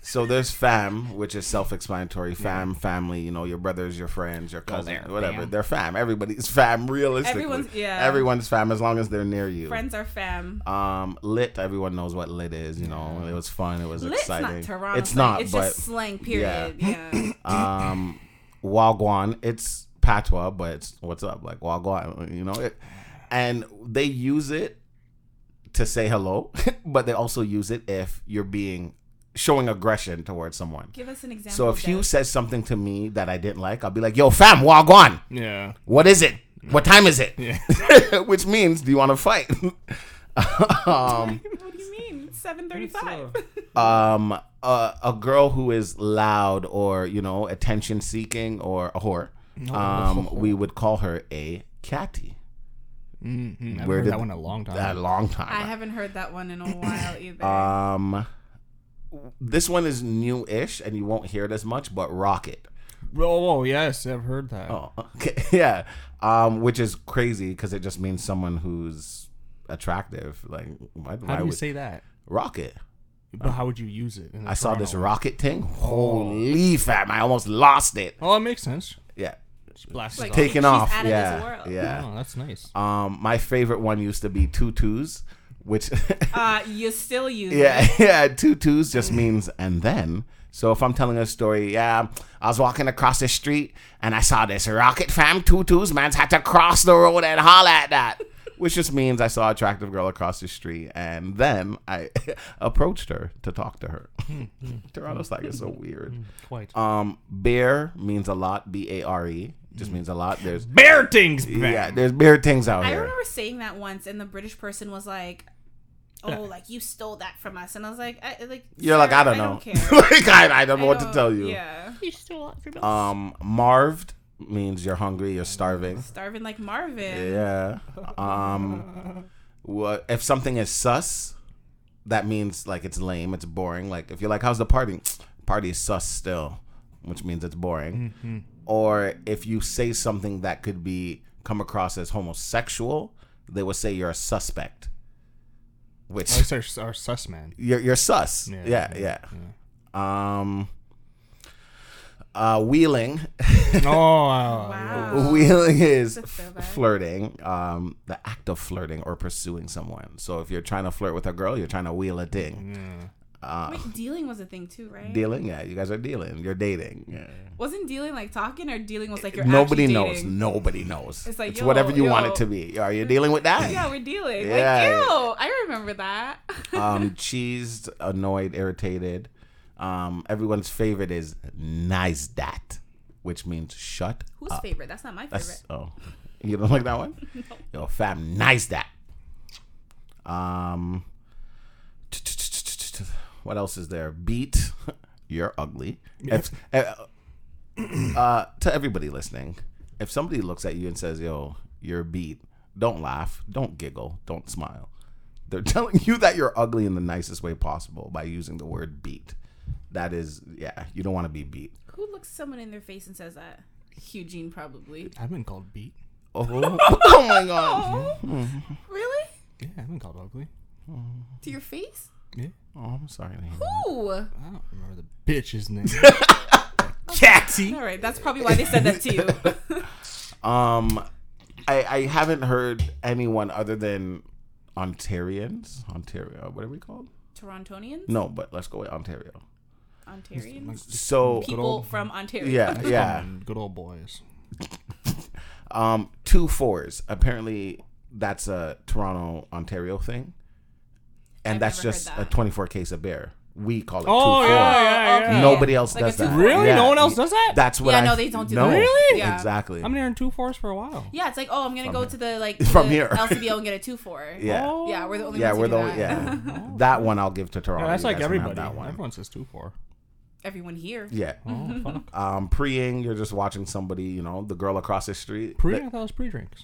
So there's fam, which is self-explanatory. Fam, family, you know, your brothers, your friends, your cousins, they're whatever. fam. They're fam. Everybody's fam. Realistically, Everyone's- yeah. Everyone's fam as long as they're near you. Friends are fam. Um, lit. Everyone knows what lit is. You know, it was fun. It was Lit's exciting. not Toronto. It's slang. not. It's but just *laughs* slang. Period. Yeah. um, wagwan. It's patois, but it's what's up, like wagwan. You know it, and they use it to say hello, *laughs* but they also use it if you're being showing aggression towards someone. Give us an example. So if Des. Hugh says something to me that I didn't like, I'll be like, "Yo, fam, wagwan. Yeah. What is it? What time is it?" *laughs* Yeah. Which means, do you want to fight? *laughs* um, *laughs* what do you mean? Seven thirty-five. um, a, a girl who is loud or you know attention seeking or a whore, Oh, um, we would call her a catty. Mm-hmm. I've Where heard did- that one a long time. That long time. *laughs* I haven't heard that one in a *laughs* while either. um, this one is new-ish, and you won't hear it as much, but rocket. oh, oh, yes, I've heard that. Oh, okay. *laughs* yeah. Um, which is crazy because it just means someone who's attractive. Like, why, How why do you would say that? rocket? But how would you use it? in I saw this Toronto? rocket thing. Holy fam! I almost lost it. Oh, it makes sense. Yeah, Just blast Like- it Take- off. taking She's off. out of this Yeah, world. yeah. Oh, that's nice. Um, my favorite one used to be tutus, which *laughs* Uh, you still use yeah, *laughs* it. yeah, tutus just means and then. So if I'm telling a story, yeah, I was walking across the street and I saw this rocket fam tutus man's had to cross the road and holler at that. Which just means I saw an attractive girl across the street and then I *laughs* approached her to talk to her. *laughs* Toronto's like it's so weird. Hmm, Quite. Um, bear means a lot. B A R E just means a lot. There's Bear things, yeah, man. there's bear things out I here. remember saying that once, and the British person was *laughs* like, "Oh, like you stole that from us," and I was like, I, "Like You're like sir, I don't know. *laughs* care. like I, I don't know I what to don't- tell you. Yeah, *laughs* Um, marved means you're hungry, you're starving. starving like Marvin. Yeah. Um, what if something is sus? That means like it's lame, it's boring. Like if you're like, how's the party? Party is sus still, which means it's Mm-hmm. boring. Or if you say something that could be come across as homosexual, they will say you're a suspect, which At least Oh, our, our sus *laughs* man. you're you're sus. Yeah, Yeah, yeah. Um. Uh, wheeling *laughs* Oh, Wow. Wheeling *laughs* is That's a throwback. flirting, um, the act of flirting or pursuing someone. So if you're trying to flirt with a girl, you're trying to wheel a ding. Wait, dealing was a thing too, right? Dealing, yeah, you guys are dealing. You're dating. Wasn't dealing like talking, or dealing was like you're Nobody actually knows. dating? Nobody knows. It's, It's like, yo, whatever you want yo. it to be. Are you dealing with that? Yeah, we're dealing. Yeah. Like ew, I remember that. *laughs* *laughs* um, cheesed, annoyed, irritated. Um, everyone's favorite is nice dat, which means shut Whose favorite? That's not my favorite. Uh, That's oh, you don't like that one? Yo, fam, nice that. Um, what else is there? Beat, *laughs* you're ugly. If, uh, uh, *clears throat* to everybody listening, if somebody looks at you and says, "Yo, you're beat," don't laugh, don't giggle, don't smile. They're *laughs* telling you that you're ugly in the nicest way possible by using the word beat. That is, yeah, you don't want to be beat. Who looks someone in their face and says that? Eugene probably. I've been called beat. *laughs* Oh, oh my god. Really? Yeah, I've been called ugly. To your face? Yeah. Oh, I'm sorry. to hear that. Ooh. I don't remember the bitch's *laughs* name. All right, that's probably why they said that to *laughs* you. Um, I I haven't heard anyone other than Ontarians, Ontario. What are we called? Torontonians? No, but let's go with Ontario. Ontarians? So People old- from Ontario. yeah, yeah. Good old boys. Um, two fours. Apparently, that's a Toronto, Ontario thing, and I've that's never heard just that. a twenty-four case of beer. We call it two Oh, four. yeah, yeah, okay. yeah. Nobody else Like a does that. two-four. Really? Yeah. No one else does that? That's what. Yeah, I no, they don't do no. that. Really? Yeah. Exactly. I've been hearing two fours for a while. Yeah, it's like, oh, I'm gonna go to the like *laughs* From the here. LCBO and get a two four. yeah. Oh. yeah, we're the only yeah, ones we're who the do only- that. *laughs* yeah. that one I'll give to Toronto. Yeah, that's You like guys don't have everybody. That one. Everyone says two *laughs* four. *laughs* Everyone here. Yeah. Oh *laughs* fuck. Um, preying, you're just watching somebody, you know, the girl across the street. Pre, I thought it was pre-drinks.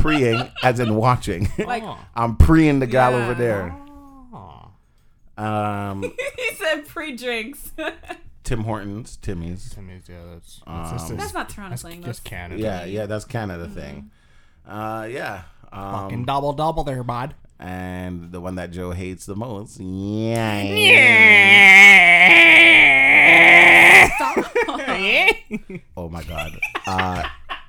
Preying, *laughs* as in watching. Like- oh. I'm preying the gal Yeah. over there. Oh. Um, he said pre *laughs* drinks. Tim Hortons, Timmy's. I mean, yeah, that's, that's, just- Um, That's not Toronto slang. that's That's just Canada. Yeah, yeah, that's Canada thing. Uh, yeah. Fucking Um, double double there, bud. and the one that Joe hates the most. Yeah. *laughs* *laughs* stop. Oh my God. Uh,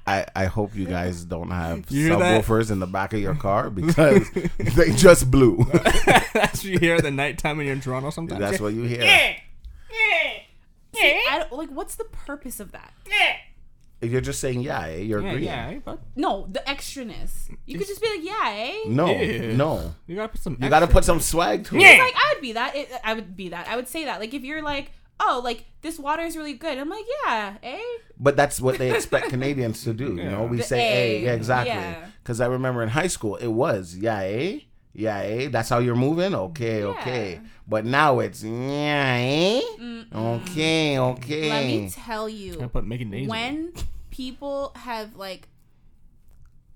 I, I hope you guys don't have You hear that? subwoofers in the back of your car *laughs* because they *laughs* just blew. *laughs* that's what you hear at the nighttime when you're in Toronto sometimes. That's what you hear. I don't- like, what's the purpose of that? You're just saying yeah, eh? you're yeah, agreeing. yeah, eh, bud. No, the extraness. You could just be like, yeah, eh? No, Yeah. no. You gotta put some. You got to extra- put some swag to It's it. like I would be that. It, I would be that. I would say that. Like if you're like, oh, like this water is really good. I'm like, yeah, eh? But that's what they expect Canadians to do. You know, we The say A. hey, yeah, exactly. Yeah. Because I remember in high school it was yeah, eh? yeah, eh? That's how you're moving. Okay, okay. Yeah. But now it's yeah, eh? okay, okay. Let me tell Mm. I you, put making nasal. when people have like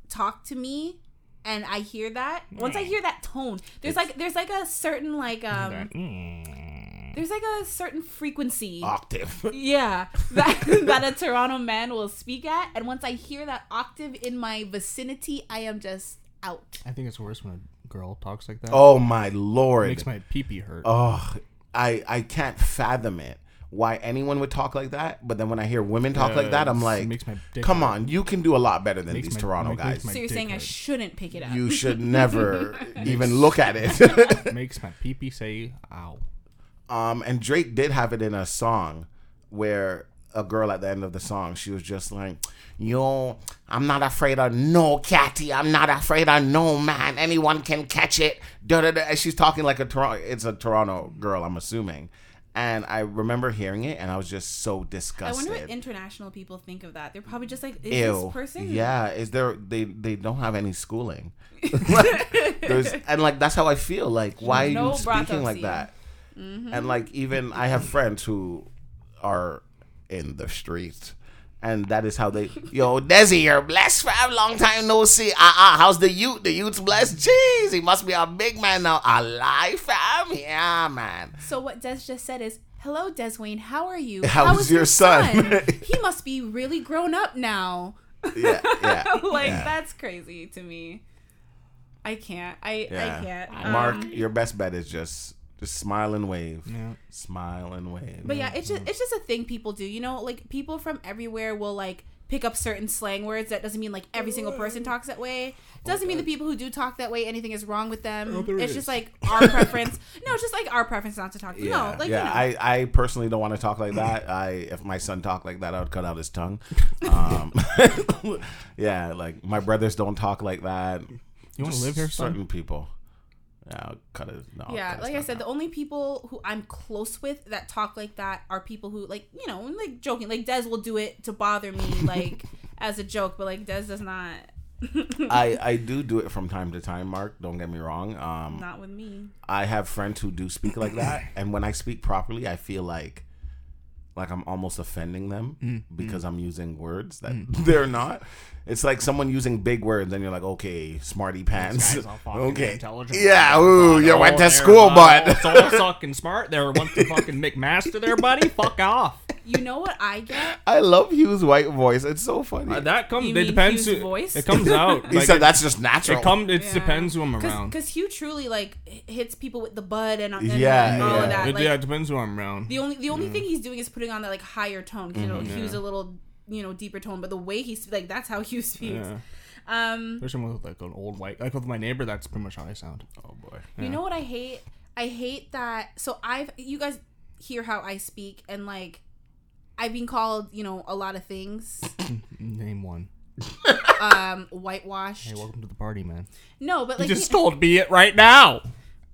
talked to me and I hear that, once Mm. I hear that tone, there's like there's like a certain like Mm. um there's like a certain frequency. Octave. *laughs* Yeah, *laughs* that, that a Toronto man will speak at, and once I hear that octave in my vicinity, I am just out. I think it's worse when a girl talks like that. Oh my it lord. makes my pee pee hurt. oh, I I can't fathom it. Why anyone would talk like that, but then when I hear women talk like that, I'm it's- like, makes my dick "Come on, you can do a lot better than Makes these my- Toronto makes guys." my So you're dick saying I hurt. shouldn't pick it up. you *laughs* should never even look at it. *laughs* makes my pee pee say ow. um, and Drake did have it in a song where a girl at the end of the song, she was just like, "Yo, I'm not afraid of no catty. I'm not afraid of no man. Anyone can catch it." Da da da. And she's talking like a Toronto. It's a Toronto girl, I'm assuming. And I remember hearing it, and I was just so I disgusted. wonder what international people think of that. They're probably just like, is Ew. this person? Yeah, is there they they don't have any *laughs* schooling. Like, there's and like that's how I feel. Like why are No Mm-hmm. you speaking like bratoxia. that? And like even I have friends who are in the streets. And that is how they, yo, Desi, you're blessed fam. Long time no see. Ah, ah, how's the youth? The youth's blessed. Jeez, he must be a big man now. Alive, fam. Yeah, man. So what Des just said is, hello, Des Wayne, how are you? How's your son?" *laughs* he must be really grown up now. Yeah, yeah. *laughs* like yeah. that's crazy to me. I can't. I I can't. Mark, Um, your best bet is just just smile and wave. Yeah. Smile and wave. But yeah, it's just it's just a thing people do. You know, like people from everywhere will like pick up certain slang words. That doesn't mean like every single person talks that way. Oh Doesn't mean the people who do talk that way anything is wrong with them. there it's is. just like *laughs* our preference. No, it's just like our preference not to talk. Yeah, no, like yeah. you know. I, I personally don't want to talk like *laughs* that. I if my son talked like that, I would cut out his tongue. Um, *laughs* yeah, like my brothers don't talk like that. You want to Just live here, certain son? people. Yeah, I'll cut it. No, I'll yeah, cut his like I tongue said, out. the only people who I'm close with that talk like that are people who like you know, like joking. Like Des will do it to bother *laughs* me, like as a joke. But like Des does not, I I do do it from time to time. Mark, don't get me wrong. Um, *laughs* not with me. I have friends who do speak *clears throat* like that, and when I speak properly, I feel like like I'm almost offending them Mm, because I'm using words that *laughs* they're not. It's like someone using big words, and you're like, okay, smarty pants. guy's all fucking okay, intelligent. yeah, ooh, you Oh, went to there, school, bud. bud. It's all fucking smart. There went to fucking McMaster there, buddy. Fuck off. You know what I get? *laughs* I love Hugh's white voice. It's so funny. Uh, that comes. You It mean depends. Hugh's who- voice? It comes out. *laughs* he like, said it, that's just natural. It comes. It Yeah. depends who I'm around. Because Hugh truly like h- hits people with the bud and, and Yeah, and all yeah. of that. It- Like, yeah, it depends who I'm around. The only the Mm-hmm. only thing he's doing is putting on that like higher tone. 'cause, you know, Hugh's a little you know deeper tone, but the way he sp- like that's how *laughs* Hugh speaks. Yeah. Um, There's someone with like an old white, like with my neighbor. That's pretty much how I sound. Um, oh boy. You know what I hate? I hate that. So I've you guys hear how I speak and like I've been called you know a lot of things. Name one. Um, whitewashed. Hey, welcome to the party, man. No, but like you just you- told me it right now.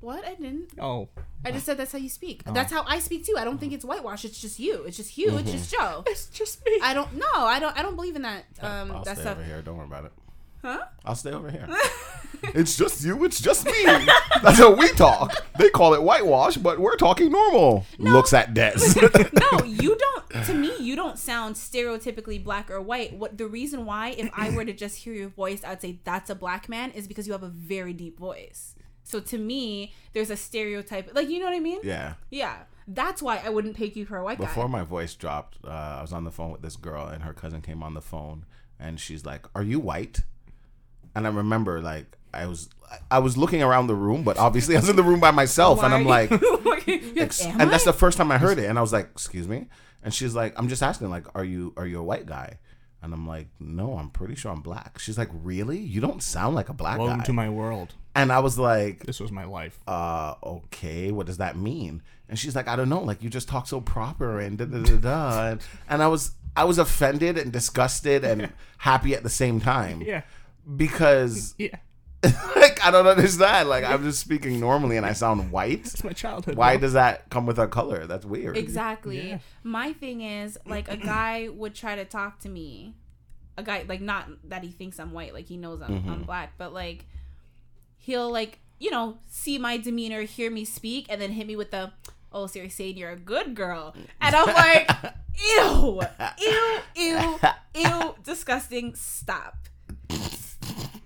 what I didn't. Oh, I just said that's how you speak. That's how I speak too. I don't think it's whitewash. It's just you. It's just Hugh. It's Mm-hmm. just Joe. it's just me. I don't. No, I don't. I don't believe in that. Um, I'll that stay stuff. over here. Don't worry about it. Huh? I'll stay over here. it's just you. It's just me. That's how we talk. They call it whitewash, but we're talking normal. Looks at Des. *laughs* *laughs* no, you don't. To me, you don't sound stereotypically black or white. What the reason why, if I were to just hear your voice, I'd say that's a black man, is because you have a very deep voice. So to me, there's a stereotype. Like you know what I mean? yeah. Yeah. That's why I wouldn't pick you for a white Before guy. my voice dropped, uh, I was on the phone with this girl, and her cousin came on the phone, and she's like, "Are you white?" And I remember, like, I was, I was looking around the room, but obviously I was in the room by myself, and I'm like, *laughs* Ex- Ex- and that's the first time I heard it, and I was like, "Excuse me," and she's like, "I'm just asking, like, are you are you a white guy?" And I'm like, "No, I'm pretty sure I'm black." She's like, "Really? You don't sound like a black welcome guy." to my world. and I was like, This was my life. "Uh, okay, what does that mean?" And she's like, "I don't know. Like, you just talk so proper and da da da da." and, and I was I was offended and disgusted and happy at the same time yeah. because *laughs* Yeah. like I don't understand. Like, I'm just speaking normally and I sound white. It's my childhood. Why bro. does that come with a color? That's weird. Exactly. Yeah. My thing is like a guy would try to talk to me. A guy like not that he thinks I'm white, like he knows I'm, I'm black, but like he'll like you know see my demeanor, hear me speak, and then hit me with the "Oh, so you're saying you're a good girl," and I'm like, "Ew, ew, ew, ew, disgusting! Stop!"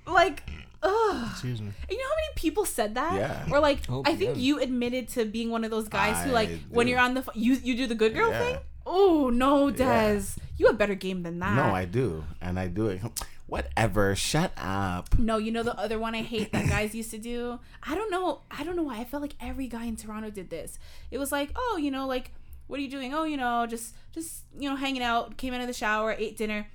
Like, ugh. Excuse me. You know how many people said that? Yeah. Or like, Oh, I think yeah. you admitted to being one of those guys who I like when do. you're on the ph- you you do the good girl Yeah. thing. Oh no, Des, Yeah. you have better game than that. No, I do, and I do it. *sniffs* Whatever. Shut up. No, you know the other one I hate that guys used to do. I don't know. I don't know why. I felt like every guy in Toronto did this. It was like, oh, you know, like, what are you doing? Oh, you know, just just you know, hanging out. Came out of the shower, ate dinner.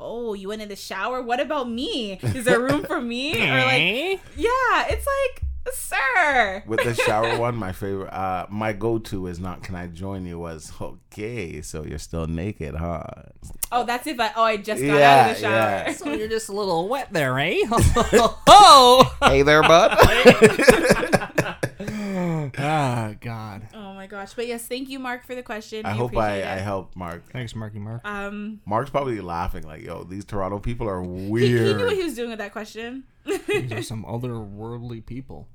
Oh, you went in the shower. What about me? Is there room for me? or *laughs* like, Eh? yeah, it's like, sir. With the *laughs* shower one, my favorite, uh, my go-to is not "Can I join you?" Was okay, so you're still naked, huh? Oh, that's if I. Oh, I just got out of the Yeah, shower. *laughs* yeah. So you're just a little wet there, *laughs* eh? oh. *laughs* Hey there, *laughs* bud. ah, God. Oh my gosh! But yes, thank you, Mark, for the question. I We hope I, appreciate I it. helped Mark. Thanks, Marky Mark. Um, Mark's probably laughing like, "Yo, these Toronto people *laughs* are he, he knew weird." what he was doing with that question. *laughs* These are some otherworldly people.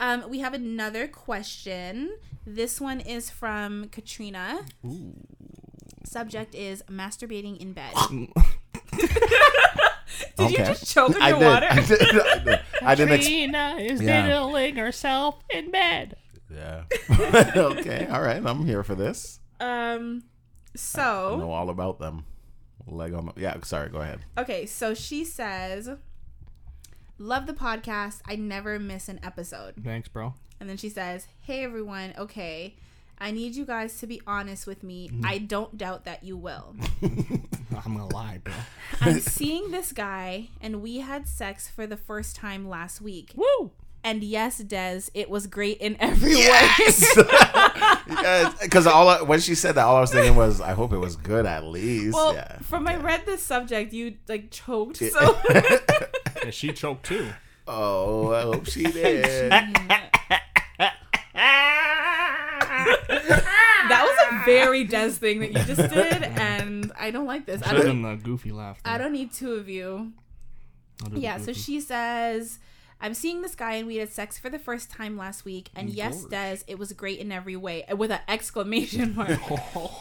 um, we have another question. This one is from Katrina. Subject is masturbating in *laughs* bed. *laughs* Did you Okay. just choke on I your did. water? *laughs* I did. I did. I didn't. Ex- Trina is Yeah. diddling herself in bed. yeah. *laughs* okay. All right. I'm here for this. Um, I so know all about them. Leg on. The- yeah. Sorry. Go ahead. okay, so she says, "Love the podcast. I never miss an episode." Thanks, bro. And then she says, Hey everyone, okay, I need you guys to be honest with me. Mm-hmm. I don't doubt that you *laughs* will. I'm gonna lie, bro. I'm seeing this guy, and we had sex for the first time last week. Woo! And yes, Des, it was great in every way. *laughs* because all I, when she said that, all I was thinking was, I hope it was good at *laughs* least. Well, yeah. from I read this subject, you like choked. So *laughs* *laughs* Yeah, she choked too. Oh, I *laughs* hope she did. that *laughs* was a very Des thing that you just did, and I don't like this. I Should have don't. done the goofy laugh. I don't need two of you. I'll do the Yeah, *laughs* so goofy. she says, I'm seeing this guy and we had sex for the first time last week. And yes, Gorge. Des, it was great in every way. uh, With an exclamation mark.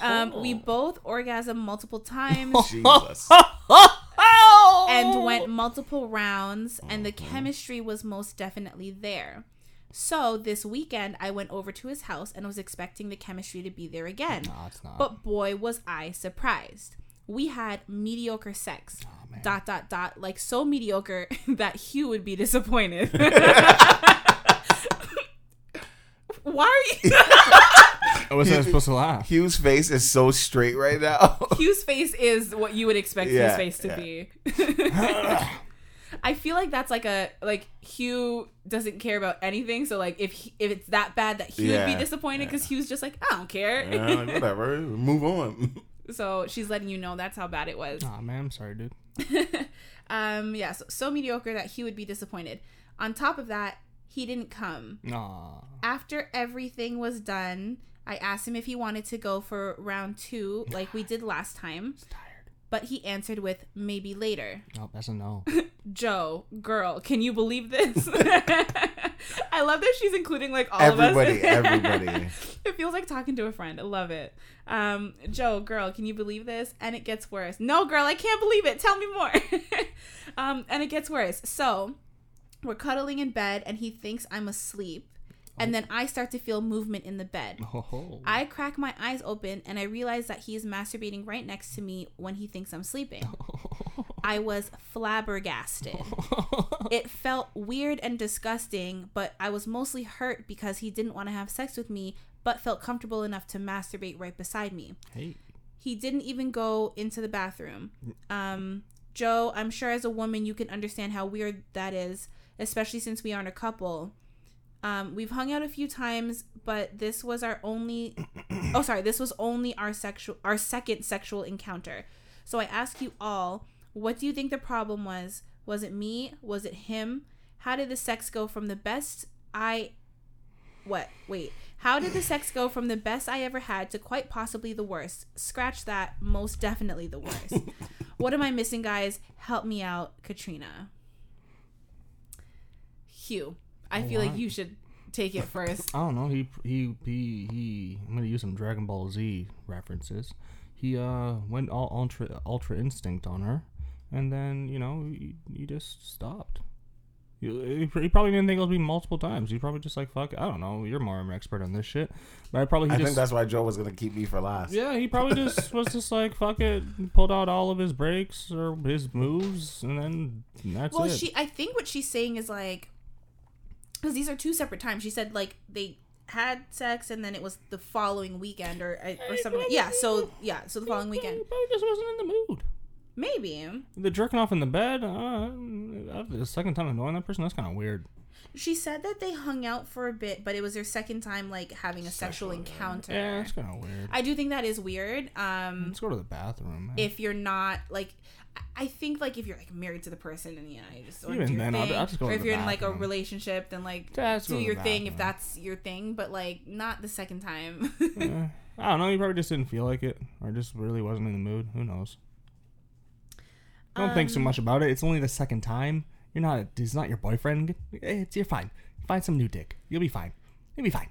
um, we both orgasm multiple times Jesus. Oh. and went multiple rounds, and the chemistry was most definitely there. So this weekend, I went over to his house and was expecting the chemistry to be there again. No, it's not. But boy, was I surprised. We had mediocre sex. Oh, dot, dot, dot. Like, so mediocre *laughs* that Hugh would be *laughs* disappointed. Why *laughs* are you? I *laughs* wasn't supposed to laugh. Hugh's face is so straight right now. *laughs* Hugh's face is what you would expect Yeah, Hugh's face to yeah. *laughs* be. *laughs* I feel like that's like a like Hugh doesn't care about anything. So like if he, if it's that bad that he would Yeah, be disappointed because Hugh's just like I don't care. Yeah, like, whatever, move on. *laughs* so she's letting you know that's how bad it was. Aw, man, I'm sorry, dude. Um, yeah, so, so mediocre that he would be disappointed. On top of that, he didn't come. Aw. After everything was done, I asked him if he wanted to go for round *sighs* two, like we did last time, Tired. but he answered with maybe later. No, that's *laughs* a no. Joe, girl, can you believe *laughs* this? *laughs* I love that she's including like all *laughs* everybody, of us. everybody. *laughs* It feels like talking to a friend. I love it. Um, Joe, girl, can you believe this? And it gets worse. No, girl, I can't believe it. Tell me more. *laughs* um, and it gets worse. So we're cuddling in bed, and he thinks I'm asleep. And then I start to feel movement in the bed. Oh. I crack my eyes open and I realize that he is masturbating right next to me when he thinks I'm sleeping. I was flabbergasted. It felt weird and disgusting, but I was mostly hurt because he didn't want to have sex with me, but felt comfortable enough to masturbate right beside me. *laughs* hey. He didn't even go into the bathroom. Um, Joe, I'm sure as a woman you can understand how weird that is, especially since we aren't a couple. Um, we've hung out a few times, but this was our only. *clears throat* oh, sorry, this was only our sexual, our second sexual encounter. So I ask you all, what do you think the problem was? Was it me? Was it him? How did the sex go from the best I what? Wait. How did the sex go from the best I ever had to quite possibly the worst? Scratch that, most definitely the worst. what am I missing, guys? Help me out, Katrina. Hugh, I feel like Alright. you should take it first. I don't know. He he he he. I'm gonna use some Dragon Ball Z references. He uh went all ultra ultra instinct on her, and then you know he, he just stopped. He, he he probably didn't think it would be multiple times. He probably just like fuck. I don't know. You're more of an expert on this shit. But I probably he I just think that's why Joe was gonna keep me for last. yeah. He probably *laughs* just was just like fuck it. and Pulled out all of his breaks or his moves, and then that's well, it. she I think what she's saying is like cuz these are two separate times. She said like they had sex and then it was the following weekend or uh, or something. Yeah, so yeah, so the following he weekend. probably just wasn't in the mood. Maybe. The jerking off in the bed. Uh, the second time annoying that person. That's kind of weird. She said that they hung out for a bit, but it was their second time like having a sexual, encounter. Yeah, that's kind of weird. I do think that is weird. Um Let's go to the bathroom. Man. if you're not like I- I think like if you're like married to the person and you know you just wanna Even do your then, I'll- thing, I'll just go or to if the you're in like a bathroom. relationship then like Just go do to the your thing if bathroom. that's your thing but like not the second time. *laughs* Eh, I don't know. You probably just didn't feel like it, or just really wasn't in the mood. Who knows? Don't think Um, so much about it. It's only the second time. You're not. It's not your boyfriend. It's you're fine. Find some new dick. You'll be fine. You'll be fine.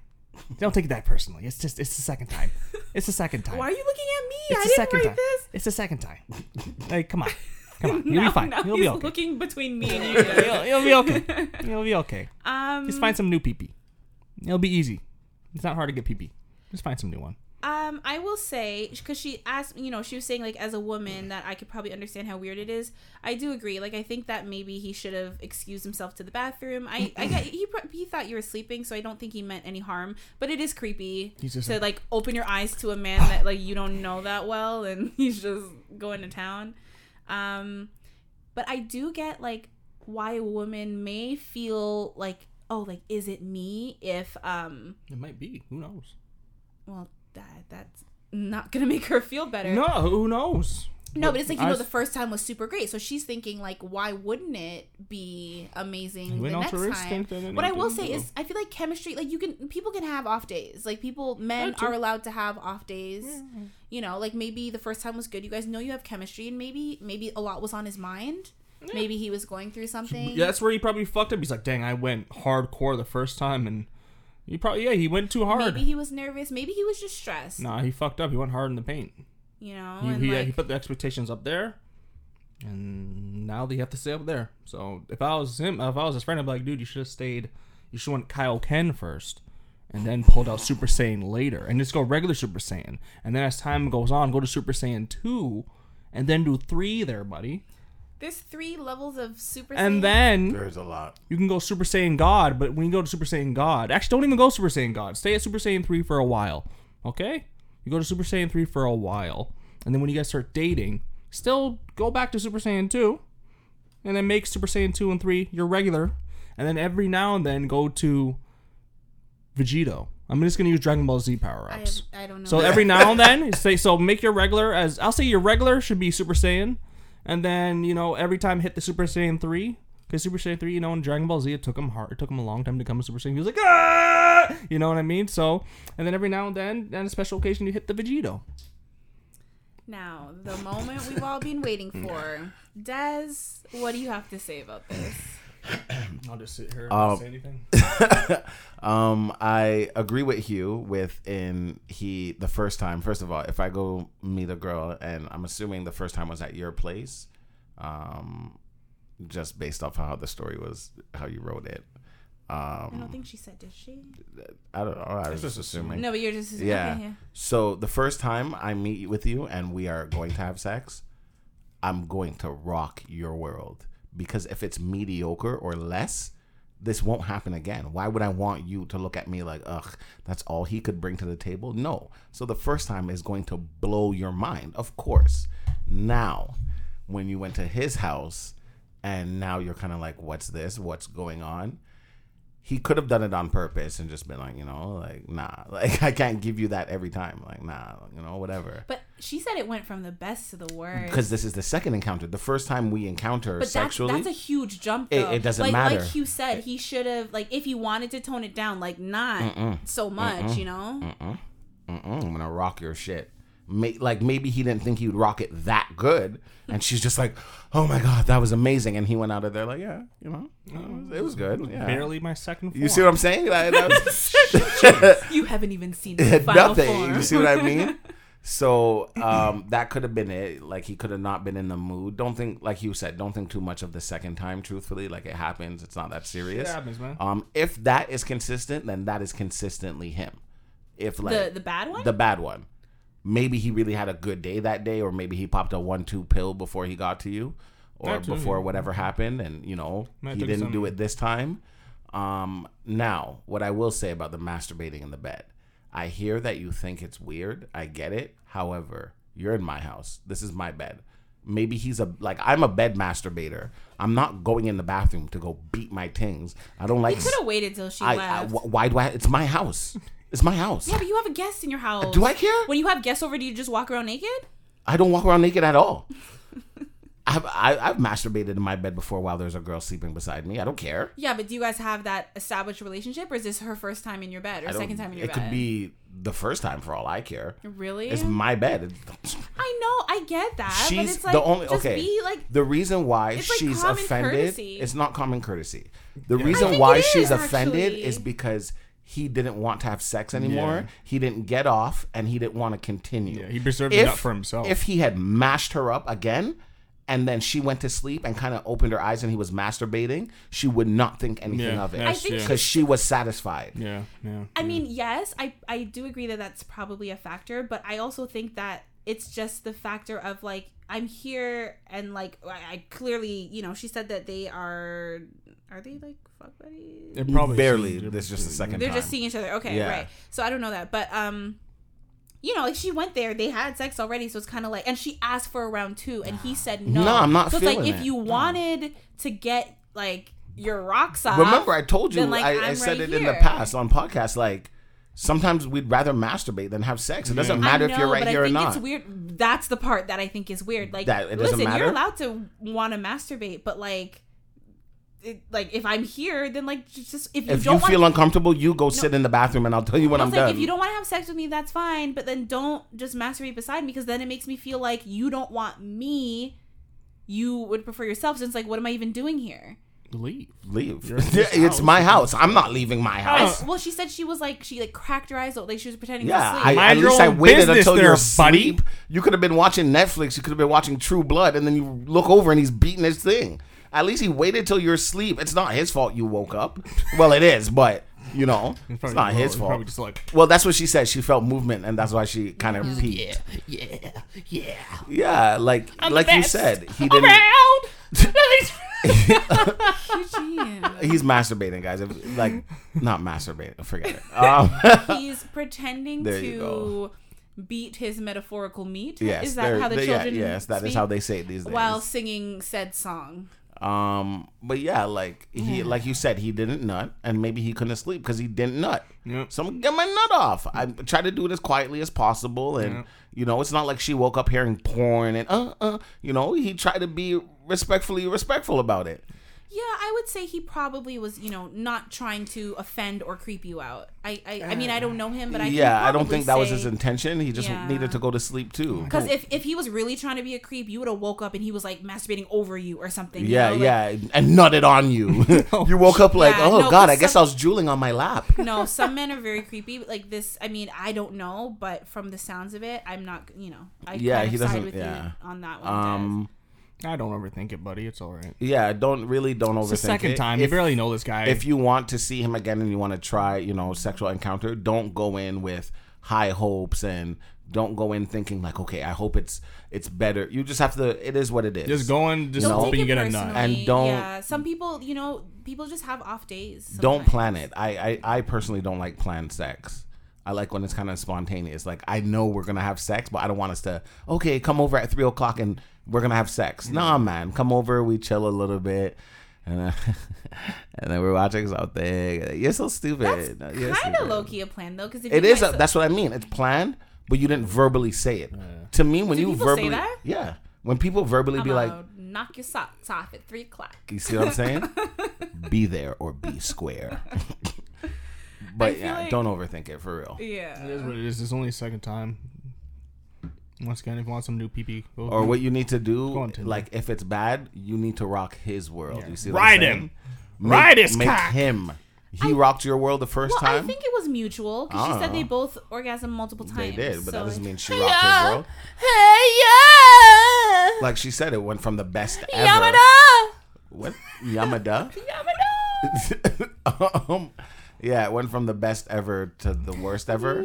Don't take it that personally. It's just. It's the second time. It's the second *laughs* time. Why are you looking at me? It's I the didn't second write time. this. It's the second time. *laughs* like, come on, come on. You'll Now- be fine. now You'll he's be okay. looking between me and *laughs* you. You'll, you'll be *laughs* okay. You'll be okay. um Just find some new PP. It'll be easy. It's not hard to get PP. Just find some new one. Um, I will say because she asked, you know, she was saying like as a woman that I could probably understand how weird it is. I do agree. Like I think that maybe he should have excused himself to the bathroom. I, I get, he pro- he thought you were sleeping, so I don't think he meant any harm. But it is creepy He's just to like- like open your eyes to a *sighs* man that like you don't know that well, and *laughs* he's just going to town. Um, but I do get like why a woman may feel like oh like is it me if um It might be. Who knows? well that that's not gonna *laughs* make her feel better No, who knows? No, but it's like you I know s- the first time was super great, so she's thinking like, why wouldn't it be amazing the Went next altruistic, time? then it What I will didn't say go. is, I feel like chemistry, like you can people can have off days, like people men That too. are allowed to have off days. You know, like maybe the first time was good. You guys know you have chemistry, and maybe maybe a lot was on his mind. Maybe he was going through something. Yeah, that's where he probably fucked up. He's like, dang, I went hardcore the first time, and he probably yeah, he went too hard. Maybe he was nervous. Maybe he was just stressed. nah, he fucked up. He went hard in the paint. You know, He Oh, and he, like, he put the expectations up there, and now they have to stay up there. So if I was him, if I was his friend, I'd be like, dude, you should have stayed. You You should went Kaioken first, and then pulled out Super Saiyan later, and just go regular Super Saiyan. And then as time goes on, go to Super Saiyan two, and then do three there, buddy. There's three levels of Super Saiyan. And then There's a lot. you can go Super Saiyan God. But when you go to Super Saiyan God, actually, don't even go Super Saiyan God. Stay at Super Saiyan three for a while, okay? You go to Super Saiyan three for a while, and then when you guys start dating, still go back to Super Saiyan two and then make Super Saiyan 2 and 3 your regular, and then every now and then go to Vegito. I'm just gonna use Dragon Ball Z power I, ups. I don't know. So every now and then, *laughs* you say so make your regular as I'll say your regular should be Super Saiyan, and then you know every time hit the Super Saiyan 3 because Super Saiyan 3, you know in Dragon Ball Z it took him hard, it took him a long time to come to Super Saiyan. He was like ah, you know what I mean. So and then every now and then, on a special occasion, you hit the Vegito. now, the moment we've all been *laughs* waiting for. Des, what do you have to say about this? I'll just sit here and not Um, say say *laughs* anything. Um, I agree with Hugh with in he the first time. First of all, if I go meet a girl and I'm assuming the first time was at your place, um, just based off how the story was, how you wrote it. I don't Um, think she said, did she? I don't know. I was just just assuming. No, but you're just. Yeah. Okay, yeah. So the first time I meet with you and we are going to have sex, I'm going to rock your world because if it's mediocre or less, this won't happen again. Why would I want you to look at me like, ugh, that's all he could bring to the table? No. So the first time is going to blow your mind, of course. Now, when you went to his house and now you're kind of like, what's this? What's going on? he could have done it on purpose and just been like, you know, like nah, *laughs* like I can't give you that every time, like nah, you know, whatever. But she said it went from the best to the worst. Because this is the second encounter. The first time we encounter But that's, sexually, that's a huge jump. It- Though. it doesn't like, matter. Like Hugh said, he should have like if he wanted to tone it down, like not so much, you know. Mm-mm, I'm gonna rock your shit. May, like maybe he didn't think he'd rock it that good, and she's just like, oh my god, that was amazing, and he went out of there like, yeah, you know, it was, it was good. Yeah. Barely my second. Form. You see what I'm saying? Like, that was- *laughs* You haven't even *laughs* seen It the had final nothing. form. You see what I *laughs* mean? So um, that could have been it. Like he could have not been in the mood. Don't think, like you said, don't think too much of the second time. Truthfully, like it happens. It's not that serious. It happens, man. Um, if that is consistent, then that is consistently him. If the like the bad one. the bad one. Maybe he really had a good day that day, or maybe he popped a one-two pill before he got to you, or That too, before yeah. whatever happened, and you know Might he took didn't do some- it this time. Um, now, what I will say about the masturbating in the bed, I hear that you think it's weird. I get it. However, you're in my house. This is my bed. Maybe he's a like I'm a bed masturbator. I'm not going in the bathroom to go beat my things. I don't like. Could have waited till she I, I, left. wh- why do I? It's my house. It's my house. yeah, but you have a guest in your house. Do I care? When you have guests over, do you just walk around naked? I don't walk around naked at all. *laughs* I've, I, I've masturbated in my bed before while there's a girl sleeping beside me. I don't care. Yeah, but do you guys have that established relationship, or is this her first time in your bed, or I don't- second time in your it bed? could be the first time for all I care. Really? It's my bed. It- I know, I get that. but She's it's like, the only just okay. Be like, the reason why It's like she's common offended, courtesy. it's not common courtesy. The I reason think why it she's is, offended actually. is because he didn't want to have sex anymore. He didn't get off, and he didn't want to continue. Yeah, he preserved it up for himself. If he had mashed her up again, and then she went to sleep and kind of opened her eyes, and he was masturbating, she would not think anything yeah, of it. that's- I think yeah. she because she was satisfied. Yeah, yeah. I Mm. mean, yes, I I do agree that that's probably a factor, but I also think that it's just the factor of like I'm here and like I, I clearly, you know, she said that they are are they like fuck buddies? It Barely. That's just the second They're time. just seeing each other. Okay, Yeah. right. So I don't know that, but um you know, like she went there, they had sex already, so it's kind of like, and she asked for a round two, and he said no. *sighs* No, I'm not So it's like feeling if it. you wanted to get like your rocks off. Remember, I told you, then, like, I, I I'm said right it in the here. past on podcasts, like, sometimes we'd rather masturbate than have sex. It doesn't matter I if you're know, right but here I or think not. It's weird. That's the part that I think is weird. Like, That- it doesn't listen, matter? you're allowed to want to masturbate, but like, it, like if I'm here, then like j- just if you If you, don't want, feel uncomfortable, you go sit in the bathroom and I'll tell you when I I'm was done. like, if you don't want to have sex with me, that's fine. But then don't just masturbate beside me because then it makes me feel like you don't want me. You would prefer yourself. Since like, what am I even doing here? Leave. Leave. *laughs* You're in his it's house. my house. I'm not leaving my house. Well, she said she was like she like cracked her eyes, like she was pretending Yeah, to I, sleep. at Mind your least I own waited business until there, you're buddy. asleep. You could have been watching Netflix. You could have been watching True Blood, and then you look over and he's beating his thing. At least he waited till you're asleep. It's not his fault you woke up. Well, it is, but you know, *laughs* it's, probably- not well, his it's fault. Probably just like well, that's what she said. She felt movement, and that's why she kind of peeked. Yeah, yeah, yeah. Like, like you best said, he didn't. *laughs* He's masturbating, guys. If, like, not *laughs* masturbating. Forget it. Um, *laughs* He's pretending There you to go. beat his metaphorical meat. yes, is that there- how the there- yeah, children? yes, that is speak? how they say it these days. While singing said song. Um, but yeah, like he, like you said, he didn't nut, and maybe he couldn't sleep because he didn't nut. Yep. So I'm gonna get my nut off. I try to do it as quietly as possible, and Yep. you know, it's not like she woke up hearing porn and uh uh. You know, he tried to be respectfully respectful about it. Yeah, I would say he probably was, you know, not trying to offend or creep you out. I, I, I mean, I don't know him, but I yeah, I don't think that was his intention. He just Yeah. needed to go to sleep too. Because if, if he was really trying to be a creep, you would have woke up and he was like masturbating over you or something. you Yeah, know, like- yeah, and nutted on you. *laughs* *laughs* you woke up like, Yeah, oh no, god, but I guess some- I was drooling on *laughs* my lap. *laughs* no, some men are very creepy. Like this, I mean, I don't know, but from the sounds of it, I'm not, you know, I Yeah, kind of he side doesn't- with yeah. you on that one. Um, I don't overthink it, buddy. It's all right. yeah, don't really don't overthink It's the second it. time. you If- barely know this guy. if you want to see him again and you want to try, you know, sexual encounter, don't go in with high hopes and don't go in thinking like, okay, I hope it's it's better. You just have to. It is what it is. just going, just Don't Don't hoping take you it get a personally. nut. And don't- Yeah, some people, you know, people just have off days. Don't sometimes. plan it. I, I I personally don't like planned sex. I like when it's kind of spontaneous. Like I know we're gonna have sex, but I don't want us to. Okay, come over at three o'clock and we're gonna have sex. Nah, man, come over. We chill a little bit. And then, *laughs* and then we're watching something. You're so stupid. You're Kind of stupid. low key a plan though, because It is. A, that's what I mean. It's planned, but you didn't verbally say it. To me, when you people say verbally, that? yeah, when people verbally be like, knock your socks off at three o'clock. you see what *laughs* I'm saying? be there or be square. *laughs* but yeah, like- don't overthink it for real. It Yeah. is what it is. It's only the second time. Once again, if you want some new PP, go Or what you need to Go do, on, Tinder. like if it's bad, you need to rock his world. You see, what Ride I'm saying? him. Make, Ride his make cock. him. He rocked your world the first Well, I time. think it was mutual because she Ah. said they both orgasm multiple they times. did, but that so- doesn't mean she rocked his world. Like she said, it went from *laughs* the best ever. What Yamada? *laughs* um, yeah, it went from the best ever to the worst ever.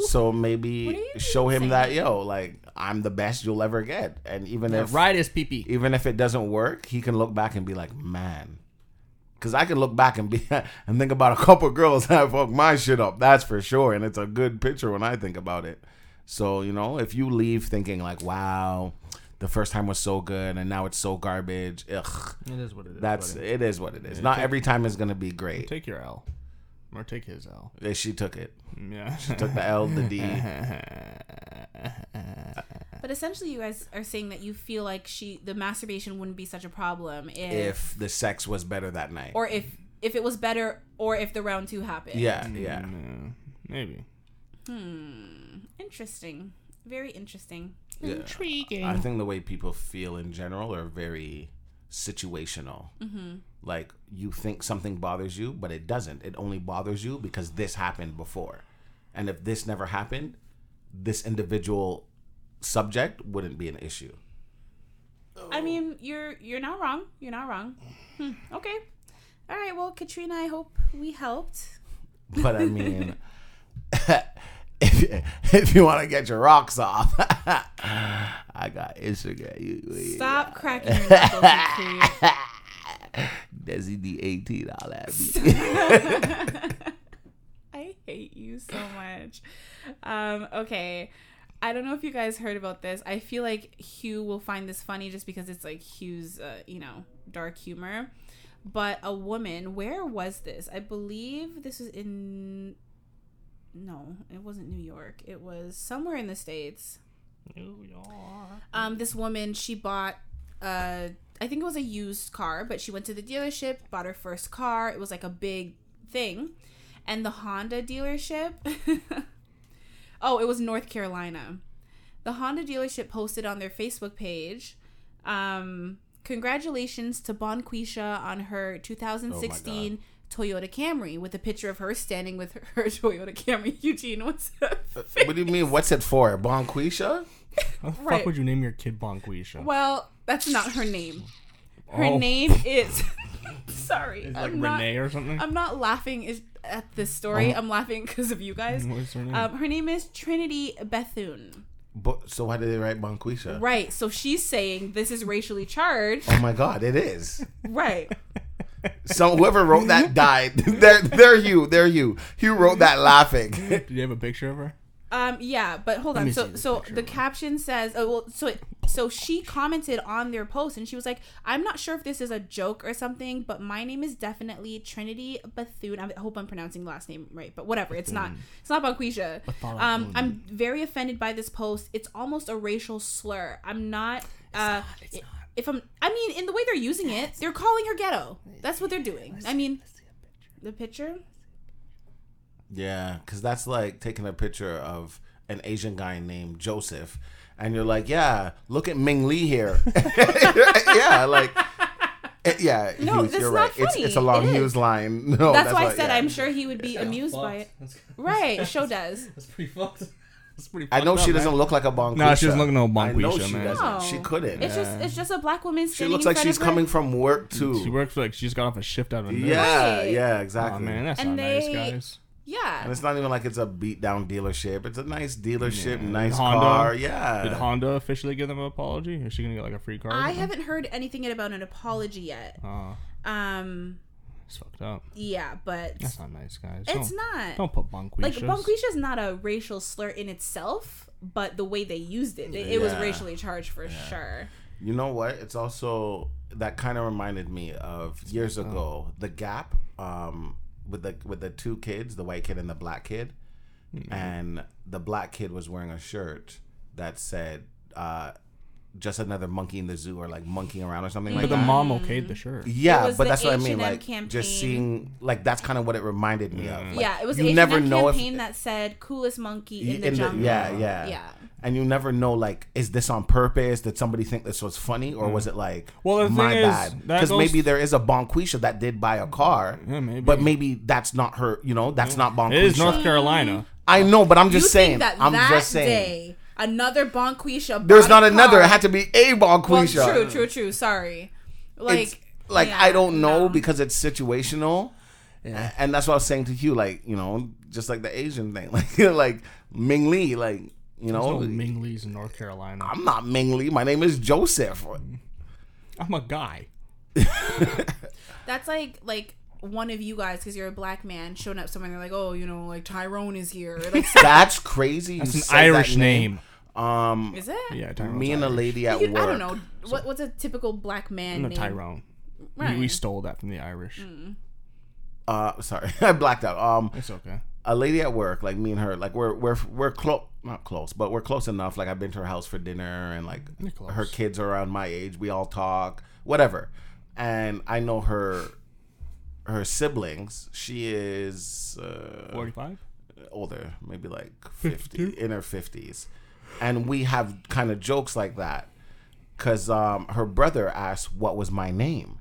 So maybe you show him that yo, like I'm the best you'll ever get, and even if Ride his PP. even if it doesn't work, he can look back and be like, man, because I can look back and be *laughs* and think about a couple girls *laughs* that fucked my shit up. That's for sure, and it's a good picture when I think about it. So you know, if you leave thinking like, wow, the first time was so good, and now it's so garbage, ugh. It is what it is. That's it is what it is. Not every time is gonna be great. Take your L. Or take his L. Mm, Yeah, She took it. Yeah. *laughs* Took the L, the D. But essentially, you guys are saying that you feel like she, the masturbation wouldn't be such a problem if, If the sex was better that night. or if, if it was better, or if the round two happened. yeah, yeah. Yeah, Maybe. Interesting. Very interesting. yeah. Intriguing. I think the way people feel in general are very situational. Like you think something bothers you, but it doesn't. It only bothers you because this happened before, and if this never happened, this individual subject wouldn't be an issue. I mean, you're you're not wrong. You're not wrong. Hmm, Okay. All right. Well, Katrina, I hope we helped. But I mean, *laughs* if, if you want to get your rocks off, *laughs* I got Instagram. You- Stop cracking your knuckles, you *laughs* creep. Desi D eighteen, all that. *laughs* I hate you so much. Um, okay. I don't know if you guys heard about this. I feel like Hugh will find this funny just because it's like Hugh's, uh, you know, dark humor. But a woman, where was this? I believe this was in. No, it wasn't New York. It was somewhere in the States. Um, this woman, she bought, uh, I think it was a used car, but she went to the dealership, bought her first car. It was like a big thing and the Honda dealership. *laughs* oh, it was North Carolina. The Honda dealership posted on their Facebook page, um, congratulations to Bonquisha on her 2016 Toyota Camry with a picture of her standing with her, her *laughs* Toyota Camry. Eugene, what's up? What do you mean? What's it for? Bonquisha? How the Right. fuck would you name your kid Bonquisha? Well, that's not her name. Her Oh. name is. *laughs* sorry, Is it like I'm not. Renee Uh-huh. or something? I'm not laughing is- at this story. I'm laughing because of you guys. What is her name? Um, her name is Trinity Bethune. But, so why did they write Bonquisha? Right. So she's saying this is racially charged. Oh my God, it is. Right. So whoever wrote *laughs* that died. they're, they're you. They're you. You wrote that laughing. Did you have a picture of her? Um. Yeah. But hold on. me see So this so picture the real quick. caption says. Oh well. So it, so she commented on their post and she was like, "I'm not sure if this is a joke or something, but my name is definitely Trinity Bethune. I hope I'm pronouncing the last name right, but whatever. It's not. It's not Bonquisha. Um. I'm very offended by this post. It's almost a racial slur. I'm not. uh, i- If I'm, I mean, in the way they're using it, they're calling her ghetto. That's what they're doing. I mean, the picture. Yeah, because that's like taking a picture of an Asian guy named Joseph, and you're like, yeah, look at Ming Lee here. *laughs* yeah, like. eh, yeah, No, Hughes, that's you're not right. It's, funny. it's a long It is. Hughes line. *laughs* No, That's, why I what- said yeah. I'm sure he would be amused by it. Right, *laughs* show does. That's pretty fucked. *laughs* That's pretty. I know she doesn't look like a bonquisha. Nah, she doesn't look no I know Bonquisha, she man. doesn't. No. She couldn't. It's just it's just a black woman she standing. looks in like front she's of her, coming from work too. She works like she just got off a shift out of a nurse. yeah, Right. yeah, Aw, exactly. man, that's And not they- nice, guys. And Yeah. it's not even like it's a beat down dealership. It's a nice dealership, Yeah. nice Honda. car. Did Yeah. Honda officially give them an apology? Is she gonna get like a free car? or I something? haven't heard anything about an apology yet. Aw, Um Oh, it's fucked up. yeah, but That's not nice, guys. it's don't, not Don't put Bonquisha. like Bonquisha is not a racial slur in itself, but the way they used it, it, it was Yeah. racially charged for sure. You know what? It's also that kind of reminded me of years ago, The Gap, um, with the with the two kids, the white kid and the black kid. And the black kid was wearing a shirt that said, uh, just another monkey in the zoo or like monkeying around or something like But the that. mom okayed the shirt. Mm-hmm. It Yeah, was but the that's what I mean. H&M Like campaign. just seeing, like that's kind of what it reminded me of. Like, yeah, it was you H&M never campaign know if- that said coolest monkey in in the the- jungle. yeah, yeah. Yeah. and you never know like is this on purpose did somebody think this was funny or was it like Mm. Well, the my thing is, bad that because goes- maybe there is a bonquisha that did buy a car Yeah, maybe. but maybe that's not her you know that's not bonquisha It is North Carolina. i know but i'm You just saying think that i'm that just saying day another Bonquisha there's bought not a another car- it had to be a Well, bonquisha true, true, true. Sorry. Like, It's- like yeah, i don't know no. because it's situational A- and that's what i was saying to you like you know just like the asian thing *laughs* like like ming lee like you know No Mingleys in North Carolina. I'm, i'm not ming lee my name is *laughs* joseph a guy. that's like like one of you guys because you're a black man showing up somewhere and they're like, oh, you know, like Tyrone is here. or *laughs* Like, *laughs* That's crazy. It's you an said that Irish name. Um, is it? Yeah, Tyrone. me and a lady at You- work. I don't know what what's a typical black man No, name. Tyrone. We- We, Right. Mm. stole that from the Irish. Uh, sorry, *laughs* I blacked out. Um, It's okay. a lady at work, like me and her, like we're we're we're close, not close, but we're close enough. Like I've been to her house for dinner, and like You're close. her kids are around my age. We all talk, whatever. And I know her her siblings. She is uh, Forty-five. older, *laughs* maybe like 50, in her 50s. And we have kind of jokes like that. Because um, her brother asked, What was my name?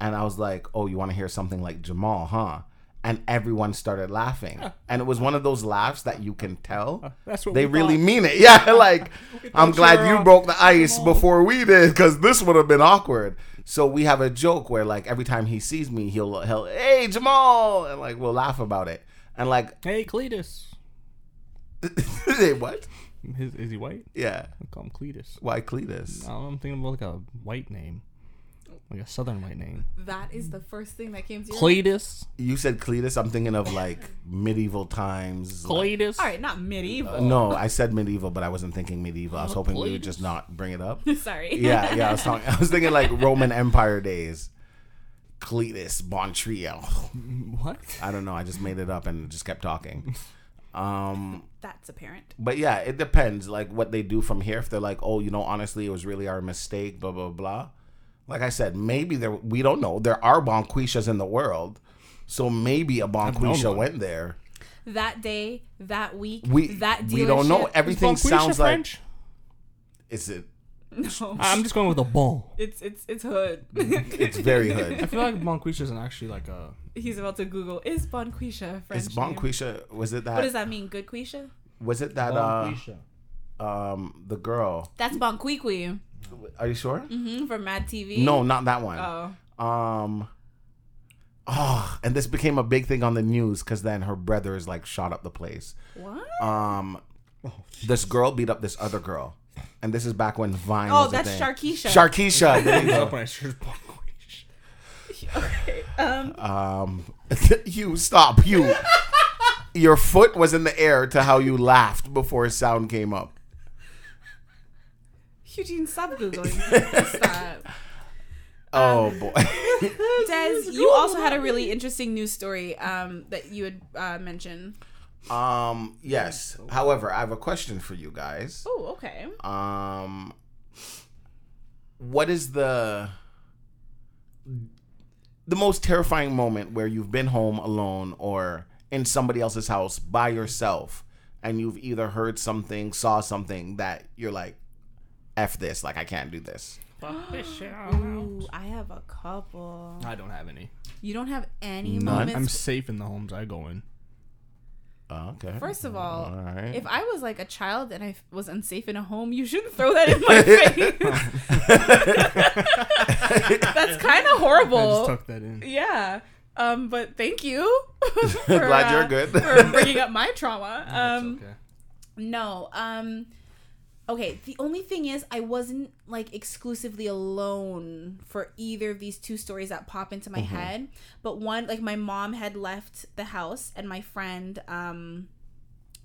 And I was like, Oh, you want to hear something like Jamal, huh? And everyone *laughs* started laughing. And it was one of those laughs that you can tell. Uh, That's what They we really thought. mean *laughs* it. *laughs* Yeah, like, I'm glad were you on broke the ice before we did because this would have been awkward. So we have a joke where, like, every time he sees me, he'll, he'll, Hey, Jamal! And, like, we'll laugh about it. And, like, Hey, Cletus. *laughs* they what? Is, is he white? Yeah. I call him Cletus. Why Cletus? No, I'm thinking about like a white name, like a southern white name. *laughs* That is the first thing that came to your Cletus. You said Cletus. I'm thinking of like medieval times. like- Cletus. All right, not medieval. no, I said medieval, but I wasn't thinking medieval. I was hoping we would just not bring it up. *laughs* Sorry. Yeah, yeah. I was, talking, I was thinking like Roman Empire days. Cletus Bontriel. What? I don't know. I just made it up and just kept talking. Um, That's apparent. but yeah, it depends. Like what they do from here. If they're like, oh, you know, honestly, it was really our mistake. Blah blah blah. Like I said, maybe there. We don't know. There are bonquishas in the world, so maybe a bonquisha one. went there. That day, that week, We that dealership. we don't know. Everything Bonquisha sounds like French? is it? *laughs* No, I'm just going with a bull. it's it's it's hood. Mm-hmm. It's very I hood. feel *laughs* like Bonquisha isn't actually like a. *laughs* He's about to Google is Bonquisha French. Is name? bonquisha? Was it that? What does that mean? Good Quisha? Was it that? Uh, um, the girl. That's Bonquiqui. Are you sure? hmm from Mad TV. No, not that one. Oh. Um. Oh, and this became a big thing on the news because then her brother is like shot up the place. What? Um, this girl beat up this other girl, and this is back when Vine. Oh, was that's a thing. Sharkeisha. Sharkeisha. there It you was *laughs* go. up when I searched Black Widow. Um, *laughs* you stop. You, your foot was in the air to how you laughed before sound came up. Eugene, stop *laughs* googling. stop. Oh Um. boy. *laughs* Des, you also had a really interesting news story um, that you had uh, mentioned. um. Yes. However, I have a question for you guys. Oh, okay. Um. What is the the most terrifying moment where you've been home alone or in somebody else's house by yourself and you've either heard something, saw something that you're like, "F this! Like I can't do this." Fuck this shit out. Ooh, I have a couple. I don't have any. You don't have any None? moments. I'm safe in the homes I go in. Oh, Okay. First of all, All right. if I was like a child and I f- was unsafe in a home, you shouldn't throw that in *laughs* my face. *laughs* That's kind of I just horrible. tucked that in. yeah. Um, but thank you. for, *laughs* Glad you're uh, good. for bringing up my *laughs* trauma. Um, okay. No. Um Okay, the only thing is I wasn't like exclusively alone for either of these two stories that pop into my head. But one like my mom had left the house and my friend um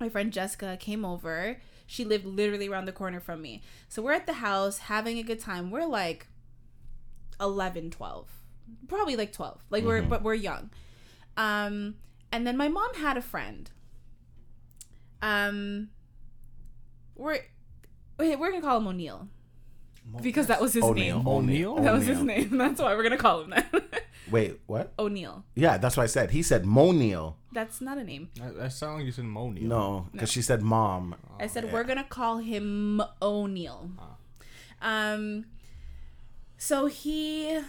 my friend Jessica came over. She lived literally around the corner from me. So we're at the house having a good time. We're like 11, 12. Probably like 12. Like we're but we're young. Um and then my mom had a friend. Um we're wait, we're gonna call him O'Neill because that was his name. *laughs* O'Neal? That was his name. That's why we're gonna call him that. *laughs* Wait, what? O'Neill. Yeah, that's what I said. He said Moniel. That's not a name. That, that sound like you said Oh, Moni. No, because she said mom. I said we're gonna call him O'Neill. Um, so he,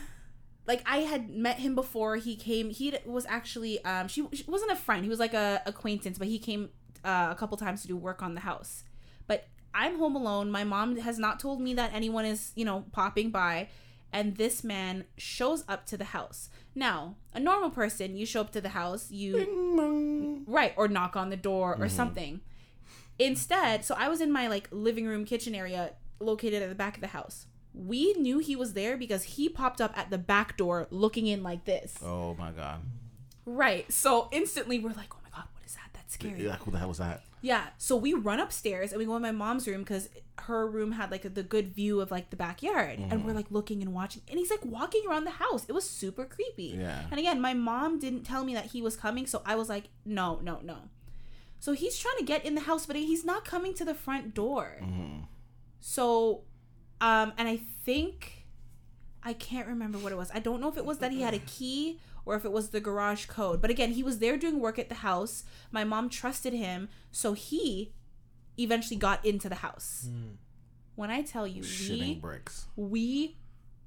like, I had met him before he came. He was actually um, she, she wasn't a friend. He was like a acquaintance, but he came uh, a couple times to do work on the house. But I'm home alone. My mom has not told me that anyone is you know popping by. And this man shows up to the house. Now, a normal person, you show up to the house, you right or knock on the door or Mm-hmm. something instead so i was in my like living room kitchen area located at the back of the house we knew he was there because he popped up at the back door looking in like this Oh my god. right so instantly we're like oh my god what is that that's scary Like, who the hell was that? yeah. So we run upstairs and we go in my mom's room because her room had like the good view of like the backyard, and we're like looking and watching, and he's like walking around the house. It was super creepy. Yeah. And again, my mom didn't tell me that he was coming, so I was like, no, no, no. So he's trying to get in the house, but he's not coming to the front door. So, um, and I think I can't remember what it was. I don't know if it was that he had a key or if it was the garage code. But again, he was there doing work at the house. My mom trusted him, so he eventually got into the house. When I tell you, Shitting we, bricks. we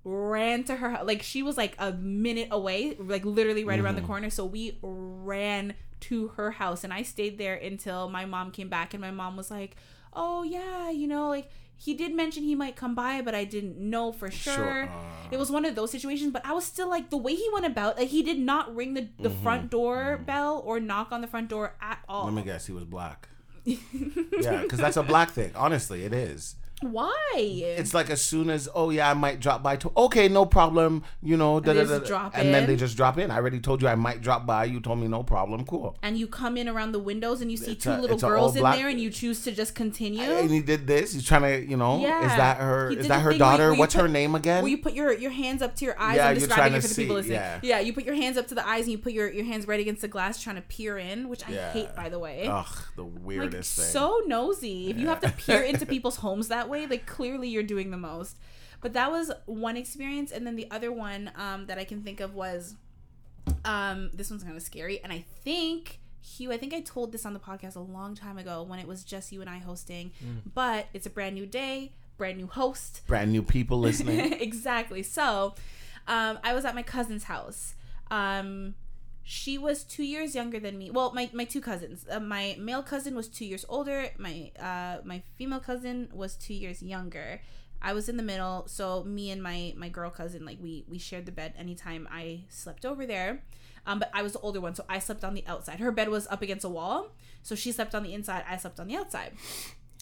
ran to her hou- like she was like a minute away, like literally right around the Mm-hmm. corner. So we ran to her house and I stayed there until my mom came back and my mom was like, "Oh yeah, you know, like he did mention he might come by, but I didn't know for sure." Uh, It was one of those situations, but I was still like the way he went about, like he did not ring the, the front door bell or knock on the front door at all. Mm-hmm. let me guess. He *laughs* was black. yeah, because that's a black thing. Honestly, it is. Why? It's like as soon as oh yeah, I might drop by. To- okay, no problem. You know, da, they da, just da, da. drop and then in. they just drop in. I already told you I might drop by. You told me no problem. Cool. and you come in around the windows and you see It's two a- little it's a all girls in black- there and you choose to just continue. And he did this. He's trying to, you know, Yeah. is that her? He Is did that the her thing where you- daughter? where you What's her put- name again? Well, you put your, your hands up to your eyes. Yeah, I'm you're describing trying it to for the people see, listening. Yeah. yeah. you put your hands up to the eyes and you put your, your hands right against the glass trying to peer in, which I Yeah. hate, by the way. Ugh, the like, weirdest thing. *laughs* so nosy. If you have to peer into *laughs* people's homes that way, like clearly you're doing the most. But that was one experience, and then the other one um, that I can think of was um, this one's kind of scary, and I think Hugh, I think I told this on the podcast a long time ago when it was just you and I hosting. Mm. But it's a brand new day, brand new host, Brand new *laughs* people listening. exactly. So, um, I was at my cousin's house. Um, she was two years younger than me. Well, my, my two cousins. Uh, my male cousin was two years older. My uh, my female cousin was two years younger. I was in the middle, so me and my my girl cousin like we we shared the bed anytime I slept over there. Um, but I was the older one, so I slept on the outside. Her bed was up against a wall, so she slept on the inside. I slept on the outside.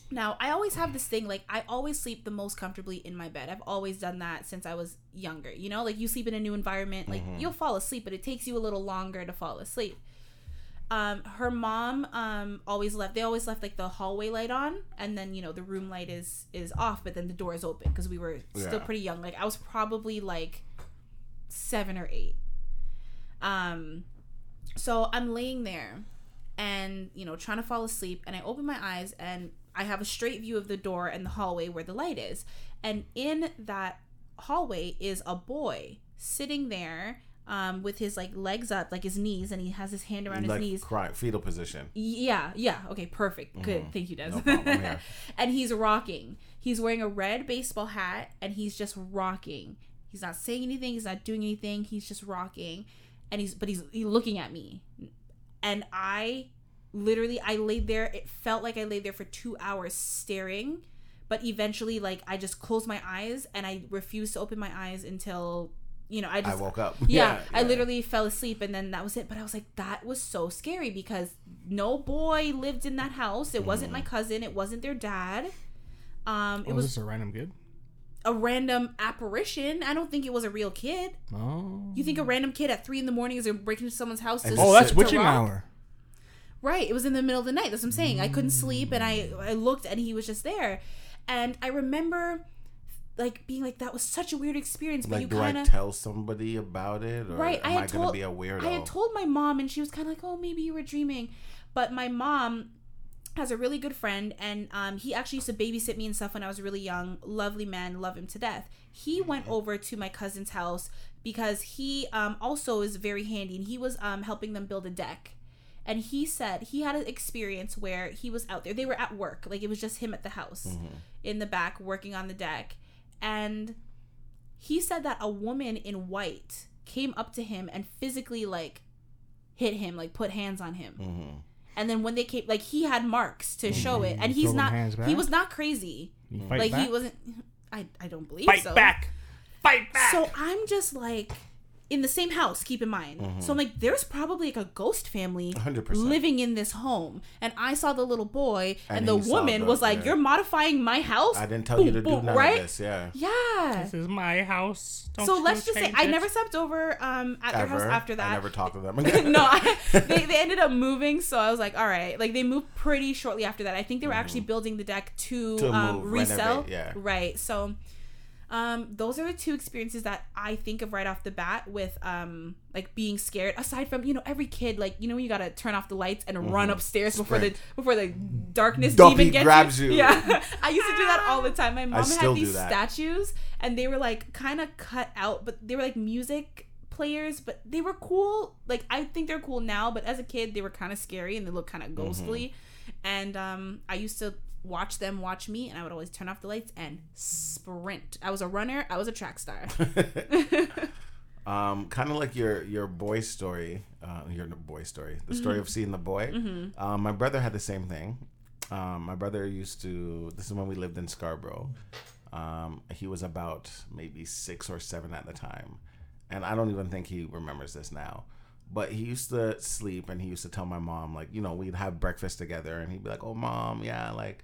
Now I always have this thing like I always sleep the most comfortably in my bed. I've always done that since I was younger. You know, like you sleep in a new environment, like you'll fall asleep, but it takes you a little longer to fall asleep um her mom um always left they always left like the hallway light on and then you know the room light is is off but then the door is open because we were still Yeah. pretty young like i was probably like seven or eight um so i'm laying there and you know trying to fall asleep and i open my eyes and i have a straight view of the door and the hallway where the light is and in that hallway is a boy sitting there um, with his like legs up like his knees and he has his hand around like his knees cry, fetal position. yeah, yeah. Okay, perfect. Good. Thank you, Des. Mm-hmm. No problem, yeah. *laughs* and he's rocking. He's wearing a red baseball hat and he's just rocking. He's not saying anything, he's not doing anything, he's just rocking. And he's but he's he's looking at me. And I literally I laid there, it felt like I laid there for 2 hours staring, but eventually like I just closed my eyes and I refused to open my eyes until you know, I I just woke up. yeah, *laughs* I yeah. literally fell asleep and then that was it. But I was like, that was so scary because no boy lived in that house. It wasn't my cousin. It wasn't their dad. Um, it Mm-hmm. Oh, was this is a random kid. a random apparition. I don't think it was a real kid. Oh. You think a random kid at three in the morning is gonna break into someone's house? To, And- Oh, that's to witching rob? hour. Right. It was in the middle of the night. That's what I'm saying. I couldn't sleep and I I looked and he was just there, and I remember like being like that was such a weird experience. But you Like, do kind I of tell somebody about it, or Right, I am I, had gonna told- be a weirdo? I had told my mom, and she was kind of like, "Oh, maybe you were dreaming," but my mom has a really good friend, and um, he actually used to babysit me and stuff when I was really young. Lovely man, love him to death. He Mm-hmm. went over to my cousin's house because he um, also is very handy, and he was um, helping them build a deck. And he said he had an experience where he was out there. They were at work, like it was just him at the house Mm-hmm. in the back working on the deck, and he said that a woman in white came up to him and physically like hit him like put hands on him Mhm. and then when they came like he had marks Mm-hmm. to show it and he's Throw them not hands he back? was not crazy You fight like back? he wasn't I, I don't believe Fight so back. Fight back. so i'm just like in the same house keep in mind Mm-hmm. so i'm like there's probably like a ghost family 100%. living in this home and i saw the little boy and, And the he saw woman the- was like yeah. you're modifying my house I didn't tell you Boom, to do boom, none right of this. Yeah. yeah This is my house. Don't so you let's just say change I it. never slept over um at their house Ever. after that. I *laughs* never talked to them again. no, I, they, *laughs* they ended up moving, so I was like, all right. Like they moved pretty shortly after that. I think they were actually building the deck to, Mm. To um, move, resell. renovate, yeah. Right. So, um, those are the two experiences that I think of right off the bat with um like being scared. Aside from you know every kid like you know you gotta turn off the lights and run Mm-hmm. upstairs before the before the darkness Dumpy demon gets grabs you. you. Yeah, I used to do that *laughs* all the time. My mom still had do these that. statues and they were like kind of cut out, but they were like music players, but they were cool. Like I think they're cool now, but as a kid they were kind of scary and they looked kind of Mm-hmm. ghostly. And um, I used to watch them watch me, and I would always turn off the lights and sprint. I was a runner. I was a track *laughs* star. Um, kind of like your your boy story, uh, your boy story, the story Mm-hmm. of seeing the boy. Um, my brother had the same thing. Um, my brother used to. This is when we lived in Scarborough. Um, he was about maybe six or seven at the time, and I don't even think he remembers this now. But he used to sleep, and he used to tell my mom, like, you know, we'd have breakfast together, and he'd be like, "Oh, mom, yeah, like."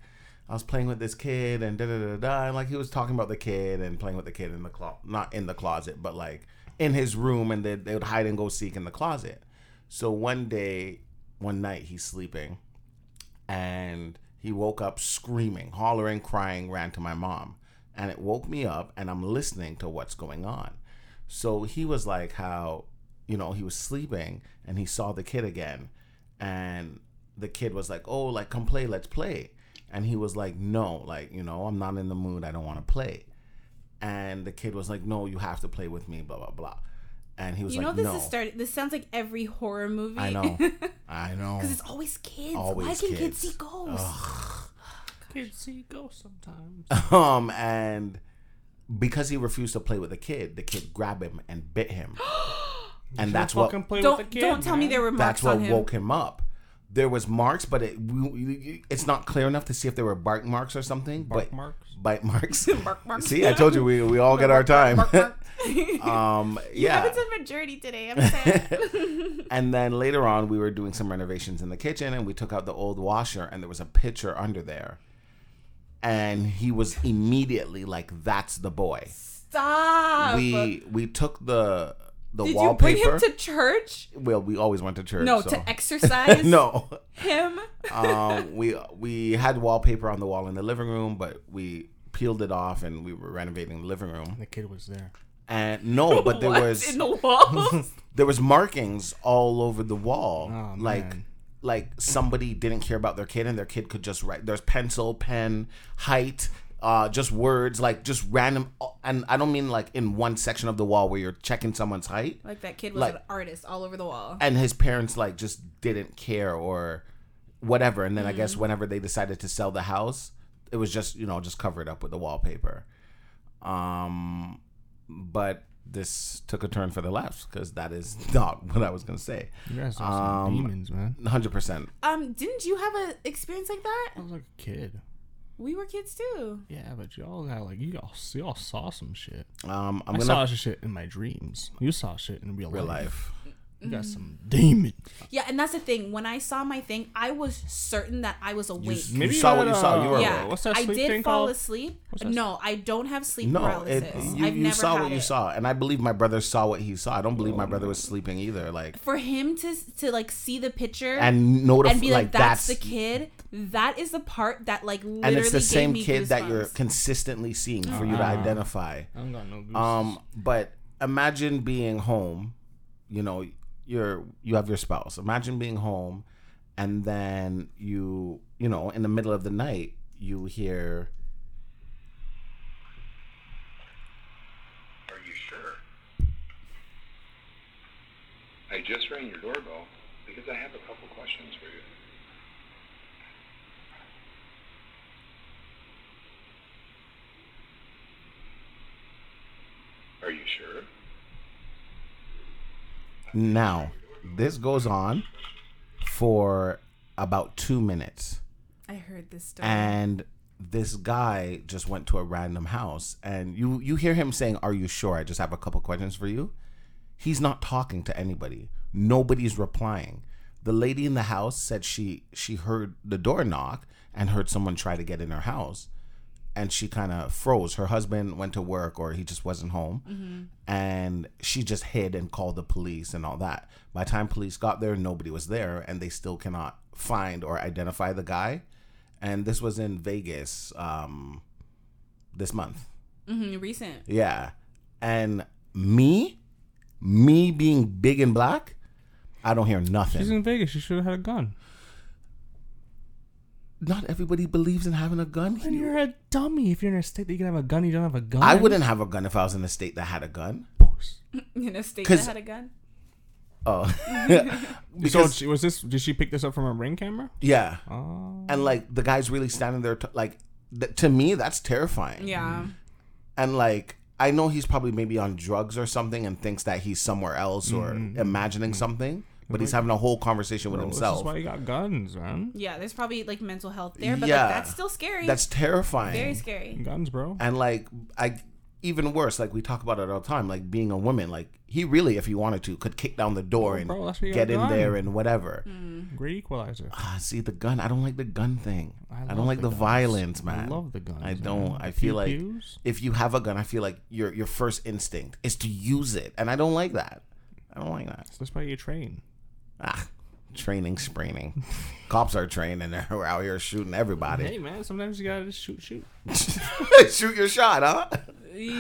I was playing with this kid and da da da da. And like he was talking about the kid and playing with the kid in the closet, not in the closet, but like in his room. And they, they would hide and go seek in the closet. So one day, one night, he's sleeping and he woke up screaming, hollering, crying, ran to my mom. And it woke me up, and I'm listening to what's going on. So he was like, how, you know, he was sleeping and he saw the kid again. And the kid was like, oh, like, come play, let's play. And he was like, no, like, you know, I'm not in the mood, I don't want to play. And the kid was like, no, you have to play with me, blah, blah, blah. And he was you like, know this no. is started. This sounds like every horror movie. *laughs* I know. I know. Because it's always kids. Why Always can kids, kids. see ghosts? Kids see ghosts sometimes. Um, and because he refused to play with the kid, the kid grabbed him and bit him. and that's what Fucking play with Don't the kid, don't tell me man. there were marks that's what on him. woke him up. there was marks, but it we- we- it's not clear enough to see if there were bark marks or something. but marks? bite marks. Bark, bark. *laughs* see, I told you we, we all get our time. *laughs* *laughs* um, yeah. Happens in majority today. I'm sad. *laughs* And then later on, we were doing some renovations in the kitchen, and we took out the old washer, and there was a pitcher under there. And he was immediately like, "That's the boy." *laughs* Stop. We we took the the Did you wallpaper. bring him to church? well, we always went to church. No, so- to exercise. *laughs* no. him. Um, we we had wallpaper on the wall in the living room, but we peeled it off, and we were renovating the living room. The kid was there. And *laughs* no, but there What? was in the *laughs* walls. there was markings all over the wall Oh, like man. like somebody didn't care about their kid and their kid could just write there's pencil pen height uh, just words like just random and i don't mean like in one section of the wall where you're checking someone's height like that kid was Like- an artist all over the wall. and his parents like just didn't care or whatever and then i Mm. guess whenever they decided to sell the house it was just you know just covered up with the wallpaper um but this took a turn for the left because that is *laughs* not what i was going to say You guys are some Um, demons, man. Hundred percent. Um, didn't you have a experience like that? I was like a kid. We were kids too. Yeah, but y'all got like you all y'all saw some shit. Um, I'm i gonna saw shit in my dreams. You saw shit in real, *laughs* real life. life. You got some demons. Yeah, and that's the thing. When I saw my thing, I was certain that I was awake. You saw what you saw, you were yeah, awake. What's that I sleep did thing fall called? asleep. What's that- No, I don't have sleep No, it, paralysis. you, I've you never saw had what it. you saw, and I believe my brother saw what he saw. I don't believe my brother was sleeping either. Like For him to to like see the picture and notify and be like, like, that's, that's the kid. That is the part that like literally and it's the gave same me kid that you're goosebumps. consistently seeing for you to Ah. identify. I don't got no goose. Um, but imagine being home. You know, you're you have your spouse. Imagine being home, and then you you know in the middle of the night you hear Are you sure? I just rang your doorbell because I have a couple questions for you. Are you sure? Now, this goes on for about two minutes. I heard this story. And this guy just went to a random house and you you hear him saying, Are you sure? I just have a couple questions for you. He's not talking to anybody. Nobody's replying. The lady in the house said she she heard the door knock and heard someone try to get in her house and she kind of froze. Her husband went to work or he just wasn't home. And she just hid and called the police and all that. By the time police got there, nobody was there and they still cannot find or identify the guy. And this was in Vegas um, this month. hmm recent. *laughs* Yeah. And me, me being big and black, I don't hear nothing. She's in Vegas. She should have had a gun. Not everybody believes in having a gun. And Hugh. you're a dummy. If you're in a state that you can have a gun, you don't have a gun. I wouldn't have a gun if I was in a state that had a gun. in a state 'Cause- that had a gun. Oh. *laughs* So because, she, was this? Did she pick this up from a ring camera? yeah. Oh, and like the guy's really standing there t- like th- to me that's terrifying Yeah. and like i know he's probably maybe on drugs or something and thinks that he's somewhere else or imagining something but he's having a whole conversation with this is himself why you got guns, man. Yeah, there's probably like mental health there, but Yeah. like that's still scary. that's terrifying very scary. Guns, bro. and like i even worse like we talk about it all the time like being a woman like he really if he wanted to could kick down the door Oh, and bro, that's where you get got a in gun. there and whatever Mm. Great equalizer. ah see the gun i don't like the gun thing i, love don't like the, guns. violence man I love the guns. I don't. man. I The feel like pew-pews. if you have a gun, I feel like your your first instinct is to use it, and I don't like that. I don't like that. So that's why you train. Ah, training, *laughs* spraining. Cops are trained, and *laughs* they're out here shooting everybody. Hey, man. Sometimes you gotta just shoot, shoot. *laughs* Shoot your shot, huh?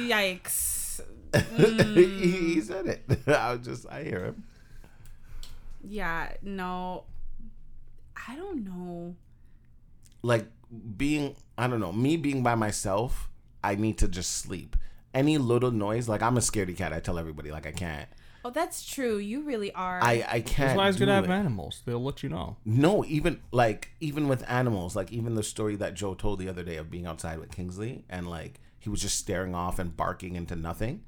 Yikes. he, Mm. he said it. *laughs* I was just, I hear him. Yeah, no. I don't know. Like being, I don't know, me being by myself, I need to just sleep. Any little noise, like I'm a scaredy cat. I tell everybody, like I can't. Oh, that's true. You really are. I I can't. That's why it's good to do have it. animals. They'll let you know. No, even like even with animals, like even the story that Joe told the other day of being outside with Kingsley and like he was just staring off and barking into nothing.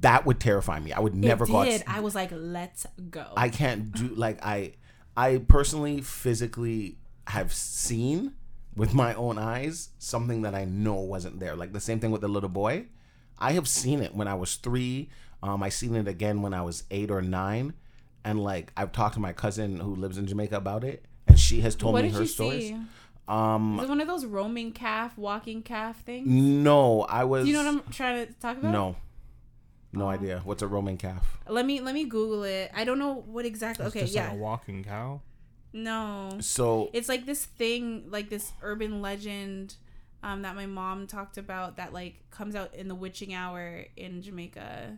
That would terrify me. I would never it go. did. outs- I was like, let's go. I can't do like I. I personally physically have seen with my own eyes something that I know wasn't there. Like the same thing with the little boy. I have seen it when I was three. Um, I seen it again when I was eight or nine, and like I've talked to my cousin who lives in Jamaica about it, and she has told What me did her you stories. see? Um, Is it one of those roaming calf, walking calf things? no, I was. Do you know what I'm trying to talk about? Oh. No, no idea. What's a Roman calf? Let me let me Google it. I don't know what exactly. It's Okay, just yeah. like a walking cow. no. So It's like this thing, like this urban legend um, that my mom talked about that like comes out in the witching hour in Jamaica.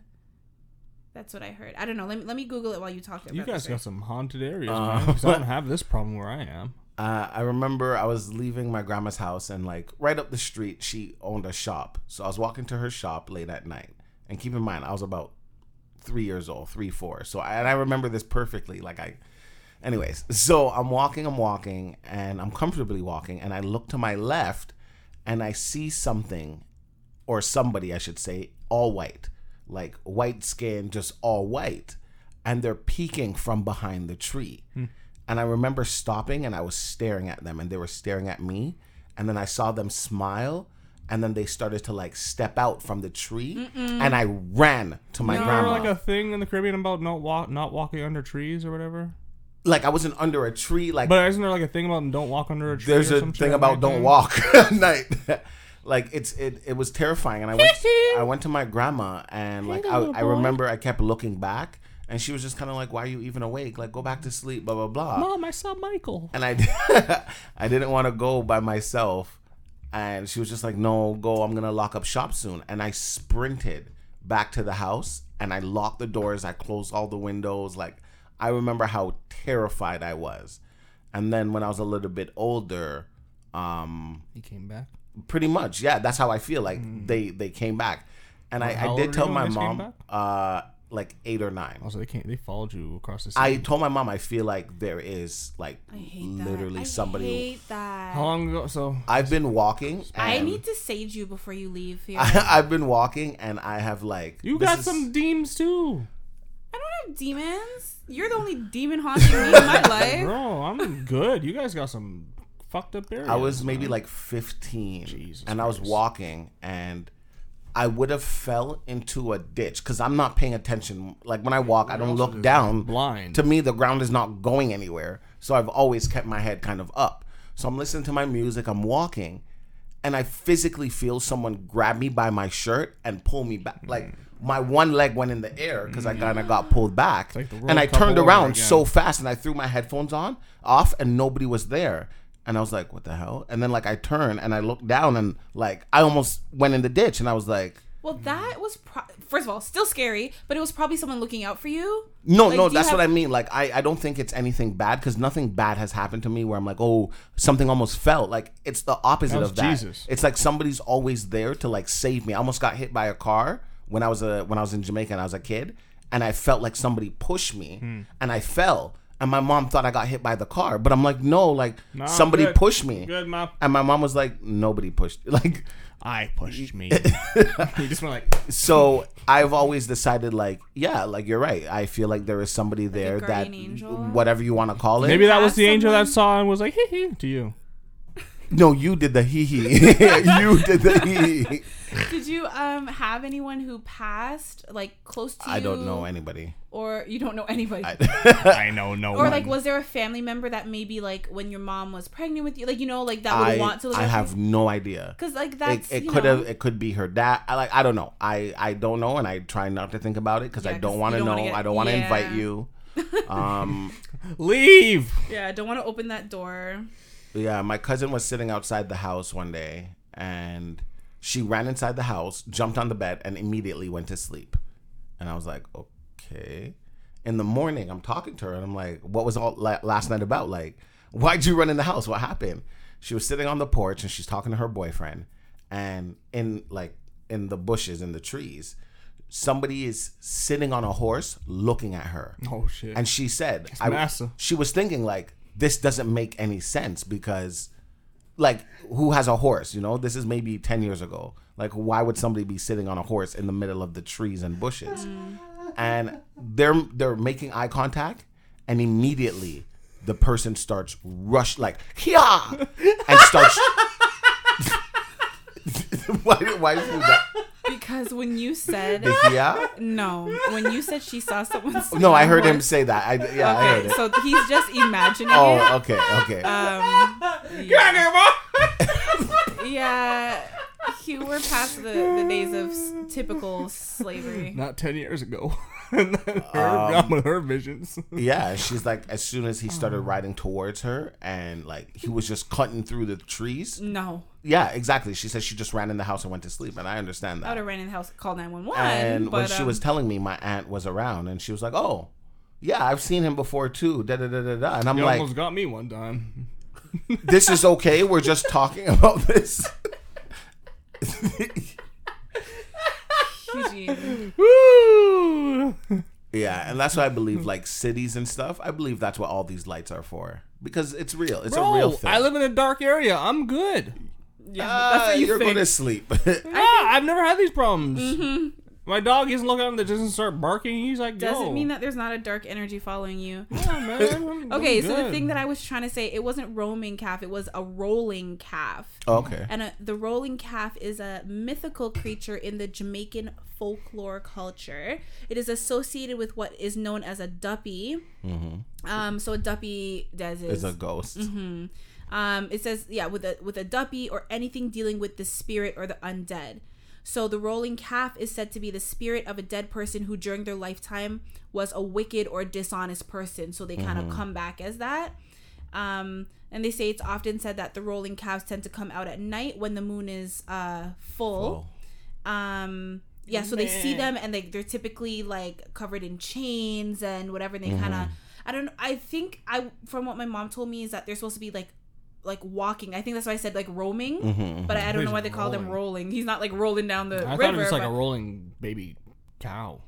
That's what I heard. I don't know. Let me let me Google it while you talk about You guys this, right? got some haunted areas, Uh, man, 'cause I *laughs* don't have this problem where I am. uh, I remember I was leaving my grandma's house, and like right up the street, she owned a shop. So I was walking to her shop late at night, and keep in mind, I was about three years old, three, four. So I, and I remember this perfectly. Like I, anyways. So I'm walking, I'm walking, and I'm comfortably walking, and I look to my left, and I see something, or somebody, I should say, all white, like white skin, just all white, and they're peeking from behind the tree. And I remember stopping, and I was staring at them, and they were staring at me, and then I saw them smile. And then they started to like step out from the tree, and I ran to my Isn't there grandma. like a thing in the Caribbean about not walk, not walking under trees or whatever? like I wasn't under a tree. Like But isn't there like a thing about don't walk under a tree? there's or a some shit thing like that, about don't dude? walk *laughs* at night. like it's it it was terrifying, and *laughs* I went I went to my grandma and like I, I remember I kept looking back, and she was just kind of like, "Why are you even awake? Like go back to sleep." Blah blah blah. Mom, I saw Michael. And I *laughs* I didn't want to go by myself, and she was just like, "No, go. I'm gonna lock up shop soon." And I sprinted back to the house, and I locked the doors. I closed all the windows. Like I remember how terrified I was. And then when I was a little bit older, um, He came back. pretty much yeah that's how i feel like they they came back and Mm. How I, I old were did tell you when my this came mom uh like eight or nine Also, they can't. They followed you across the. Sea. i told my mom i feel like there is like I hate that. literally I somebody hate that. How long ago? So i've been walking I and- need to sage you before you leave here. I, *laughs* Um, I, i've been walking and i have like you this got is- some deems too, don't have demons. You're the only demon haunting me in *laughs* my life. bro. I'm good. You guys got some fucked up areas. I was maybe like 15 Jesus and I was Christ. walking and I would have fell into a ditch cuz I'm not paying attention like when I walk I don't also look just down blind. to me the ground is not going anywhere so I've always kept my head kind of up so I'm listening to my music I'm walking and I physically feel someone grab me by my shirt and pull me back Mm. like my one leg went in the air because I kind of got pulled back, like the World and I Cup turned over around again. so fast and I threw my headphones on off and nobody was there. And I was like, what the hell? And then like I turned and I looked down and like I almost went in the ditch and I was like, Well, that was pro- first of all still scary, but it was probably someone looking out for you. no, Like, no, do you that's what I have- mean. Like I, I don't think it's anything bad because nothing bad has happened to me where I'm like, oh, something almost fell. Like it's the opposite That was of that. Jesus. It's like somebody's always there to like save me. I almost got hit by a car when I was a when I was in Jamaica and I was a kid, and I felt like somebody pushed me Hmm. and I fell. And my mom thought I got hit by the car, but I'm like, no, like Nah, I'm somebody good. pushed me. Good, mom. And my mom was like, nobody pushed. *laughs* Like, I pushed *laughs* *laughs* me. you just went like. so I've always decided, like, yeah, like you're right. I feel like there is somebody there that, guardian angel? whatever you want to call it. Maybe that was Have the angel that someone- saw and was like, hee hee, to you. *laughs* No, you did the hee hee. *laughs* you *laughs* did the hee hee. Did you um have anyone who passed like close to you? I don't know anybody. or you don't know anybody. I know *laughs* no or like, was there a family member that maybe like when your mom was pregnant with you, like you know, like that would I, want to look I have no *laughs* idea. because like It, that's it you could know, have. It could be her dad. I like. I don't know. I I don't know, and I try not to think about it because I Yeah, don't 'cause want you to don't know. wanna get- I don't want to yeah. invite you. Um. leave. yeah. I don't want to open that door. Yeah, my cousin was sitting outside the house one day and she ran inside the house, jumped on the bed, and immediately went to sleep. And I was like, okay. In the morning, I'm talking to her and I'm like, what was all la- last night about? Like, why'd you run in the house? What happened? She was sitting on the porch and she's talking to her boyfriend. And in like in the bushes, in the trees, somebody is sitting on a horse looking at her. Oh shit. And she said, I, massive. she was thinking like, this doesn't make any sense because, like, who has a horse? You know, this is maybe ten years ago. Like, why would somebody be sitting on a horse in the middle of the trees and bushes? And they're they're making eye contact, and immediately the person starts rush like yeah, and starts. *laughs* why why do you do that? *laughs* Because when you said The yeah. no, when you said she saw someone, No, I heard snowboard- him say that. I yeah, I heard Okay, it. *laughs* so he's just imagining Oh, okay, okay. it. Um, yeah. *laughs* yeah, he we're past the, the days of s- typical slavery. Not ten years ago. *laughs* and then her, *laughs* um, her visions. yeah, she's like as soon as he started riding towards her and like he was just cutting through the trees. No, Yeah, exactly. She says she just ran in the house and went to sleep, and I understand I would that. have ran in the house, called nine one one. And but, when she um, was telling me, my aunt was around, and she was like, "Oh, yeah, I've seen him before too." Da da da da da. And I'm You like, almost got me one time. "This *laughs* is okay. We're just talking about this." *laughs* Eugene, Woo! yeah, and that's why I believe like cities and stuff. I believe that's what all these lights are for because it's real. It's Bro, a real thing. I live in a dark area. I'm good. yeah, Ah, that's what you you're think. going to sleep. *laughs* Yeah, I've never had these problems. My dog isn't looking at him that doesn't start barking. He's like, Mm-hmm. Doesn't Yo. *laughs* mean that there's not a dark energy following you. Oh, Yeah, man, I'm- *laughs* Okay, I'm so the good. thing that I was trying to say, it wasn't roaming calf, it was a rolling calf. okay. *laughs* And uh the rolling calf is a mythical creature in the Jamaican folklore culture. It is associated with what is known as a duppy. Um, so a duppy does is Mm-hmm. It's a ghost. Mm-hmm. um, it says yeah with a with a duppy or anything dealing with the spirit or the undead. So the rolling calf is said to be the spirit of a dead person who during their lifetime was a wicked or dishonest person. So they kind of come back as that. Um, and they say it's often said that the rolling calves tend to come out at night when the moon is uh, Oh, full. Um, yeah, so they see them and they they're typically like covered in chains and whatever. And they kind of I don't I think I from what my mom told me is that they're supposed to be like like walking. I think that's why I said like roaming, but I, don't know why they call them rolling. He's not like rolling down the I river. thought it was like but- a rolling baby cow.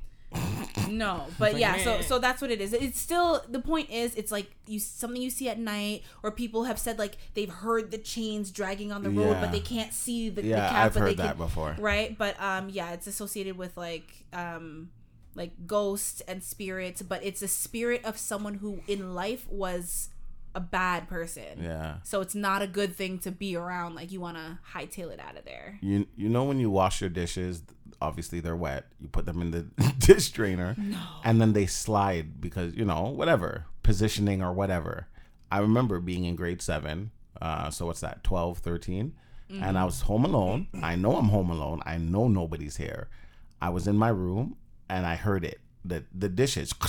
no, but yeah, so so that's what it is. It's still the point is it's like you something you see at night, or people have said like they've heard the chains dragging on the road, Yeah. but they can't see the, the Yeah, cat. I've but they heard can, that before. right? But um, yeah, it's associated with like um, like ghosts and spirits, but it's a spirit of someone who in life was a bad person. Yeah. So it's not a good thing to be around. Like you want to hightail it out of there. You you know when you wash your dishes, obviously they're wet. You put them in the *laughs* dish drainer, and then they slide because you know whatever positioning or whatever. I remember being in grade seven. Uh, so what's that? 12, 13? And I was home alone. I know I'm home alone. I know nobody's here. I was in my room and I heard it. The the dishes. *laughs*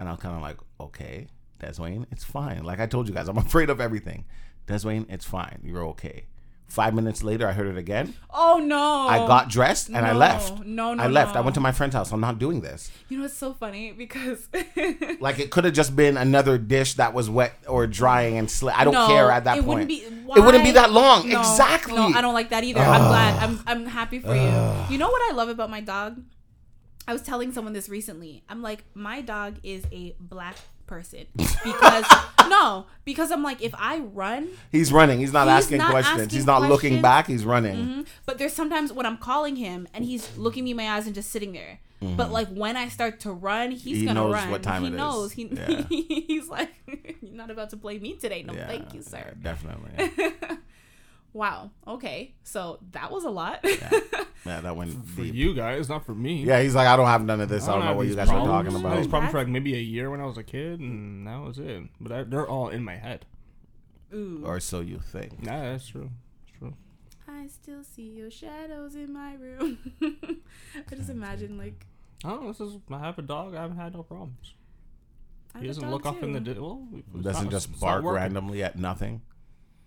And I'm kind of like, okay, Des Wayne, it's fine. Like I told you guys, I'm *laughs* afraid of everything. Des Wayne, it's fine. You're okay. Five minutes later, I heard it again. Oh no! I got dressed and I no, left. no, no, I left. I no. went to my friend's house. I'm not doing this. You know it's so funny because *laughs* Like it could have just been another dish that was wet or drying and sli I don't No, care at that it point. wouldn't be- It wouldn't be why? that long. No, exactly. No, I don't like that either. I'm glad. I'm I'm happy for you. You know what I love about my dog? I was telling someone this recently. I'm like, my dog is a black person *laughs* because no, because I'm like, if I run, He's running. He's not He's asking not questions. asking he's not questions. looking Mm-hmm. back. He's running. but there's sometimes when I'm calling him and he's looking me in my eyes and just sitting there. Mm-hmm. But like when I start to run, he's He gonna knows run. what time he it is. knows. He, *laughs* Yeah. he's like, *laughs* you're not about to play me today. No, Yeah, thank you, yeah, sir. *laughs* definitely. Yeah. Wow. Okay. So that was a lot. Yeah, that went For deep. you guys, not for me. Yeah, he's like, I don't have none of this. I don't, know have what you these guys problems. are talking I had these about. problems for like maybe a year when I was a kid, and that was it. But I, they're all in my head. *laughs* Ooh. Or so you think. Yeah, that's true. That's true. I still see your shadows in my room. *laughs* I just imagine like I don't know. This is I have a dog. I haven't had no problems. I have He a doesn't dog look off in the too. di- well. it's Doesn't not- just it's not bark working. randomly at nothing.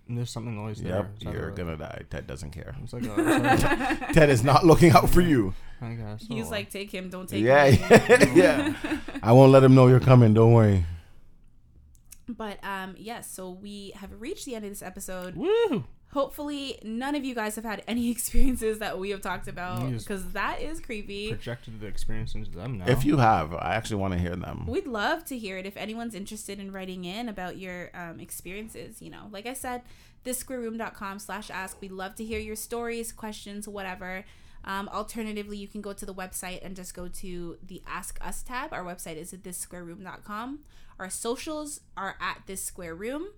And there's something always Yep, there. It's not you're a- gonna die. Ted doesn't care. *laughs* It's like a, it's like Ted is not looking out for you. a, I guess, He's oh, like, take him, don't take *laughs* Yeah, me. *laughs* yeah, yeah. I won't let him know you're coming. Don't worry. *laughs* But um, yes. So we have reached the end of this episode. woo. Hopefully, none of you guys have had any *laughs* experiences that we have talked about Yes. because that is creepy. Projected the experience into them now. If you have, I actually want to hear them. We'd love to hear it if anyone's interested in writing in about your um, experiences. You know, like I said, thissquareroom.com slash ask. We'd love to hear your stories, questions, whatever. Um, alternatively, you can go to the website and just go to the Ask Us tab. Our website is at thissquareroom.com. Our socials are at this square room.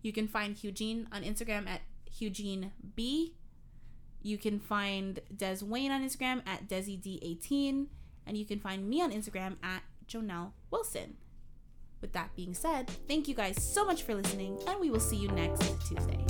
You can find Eugene on Instagram at Eugene B. You can find Des Wayne on Instagram at DesiD18. And you can find me on Instagram at Jonelle Wilson. With that being said, thank you guys so much for listening, and we will see you next Tuesday.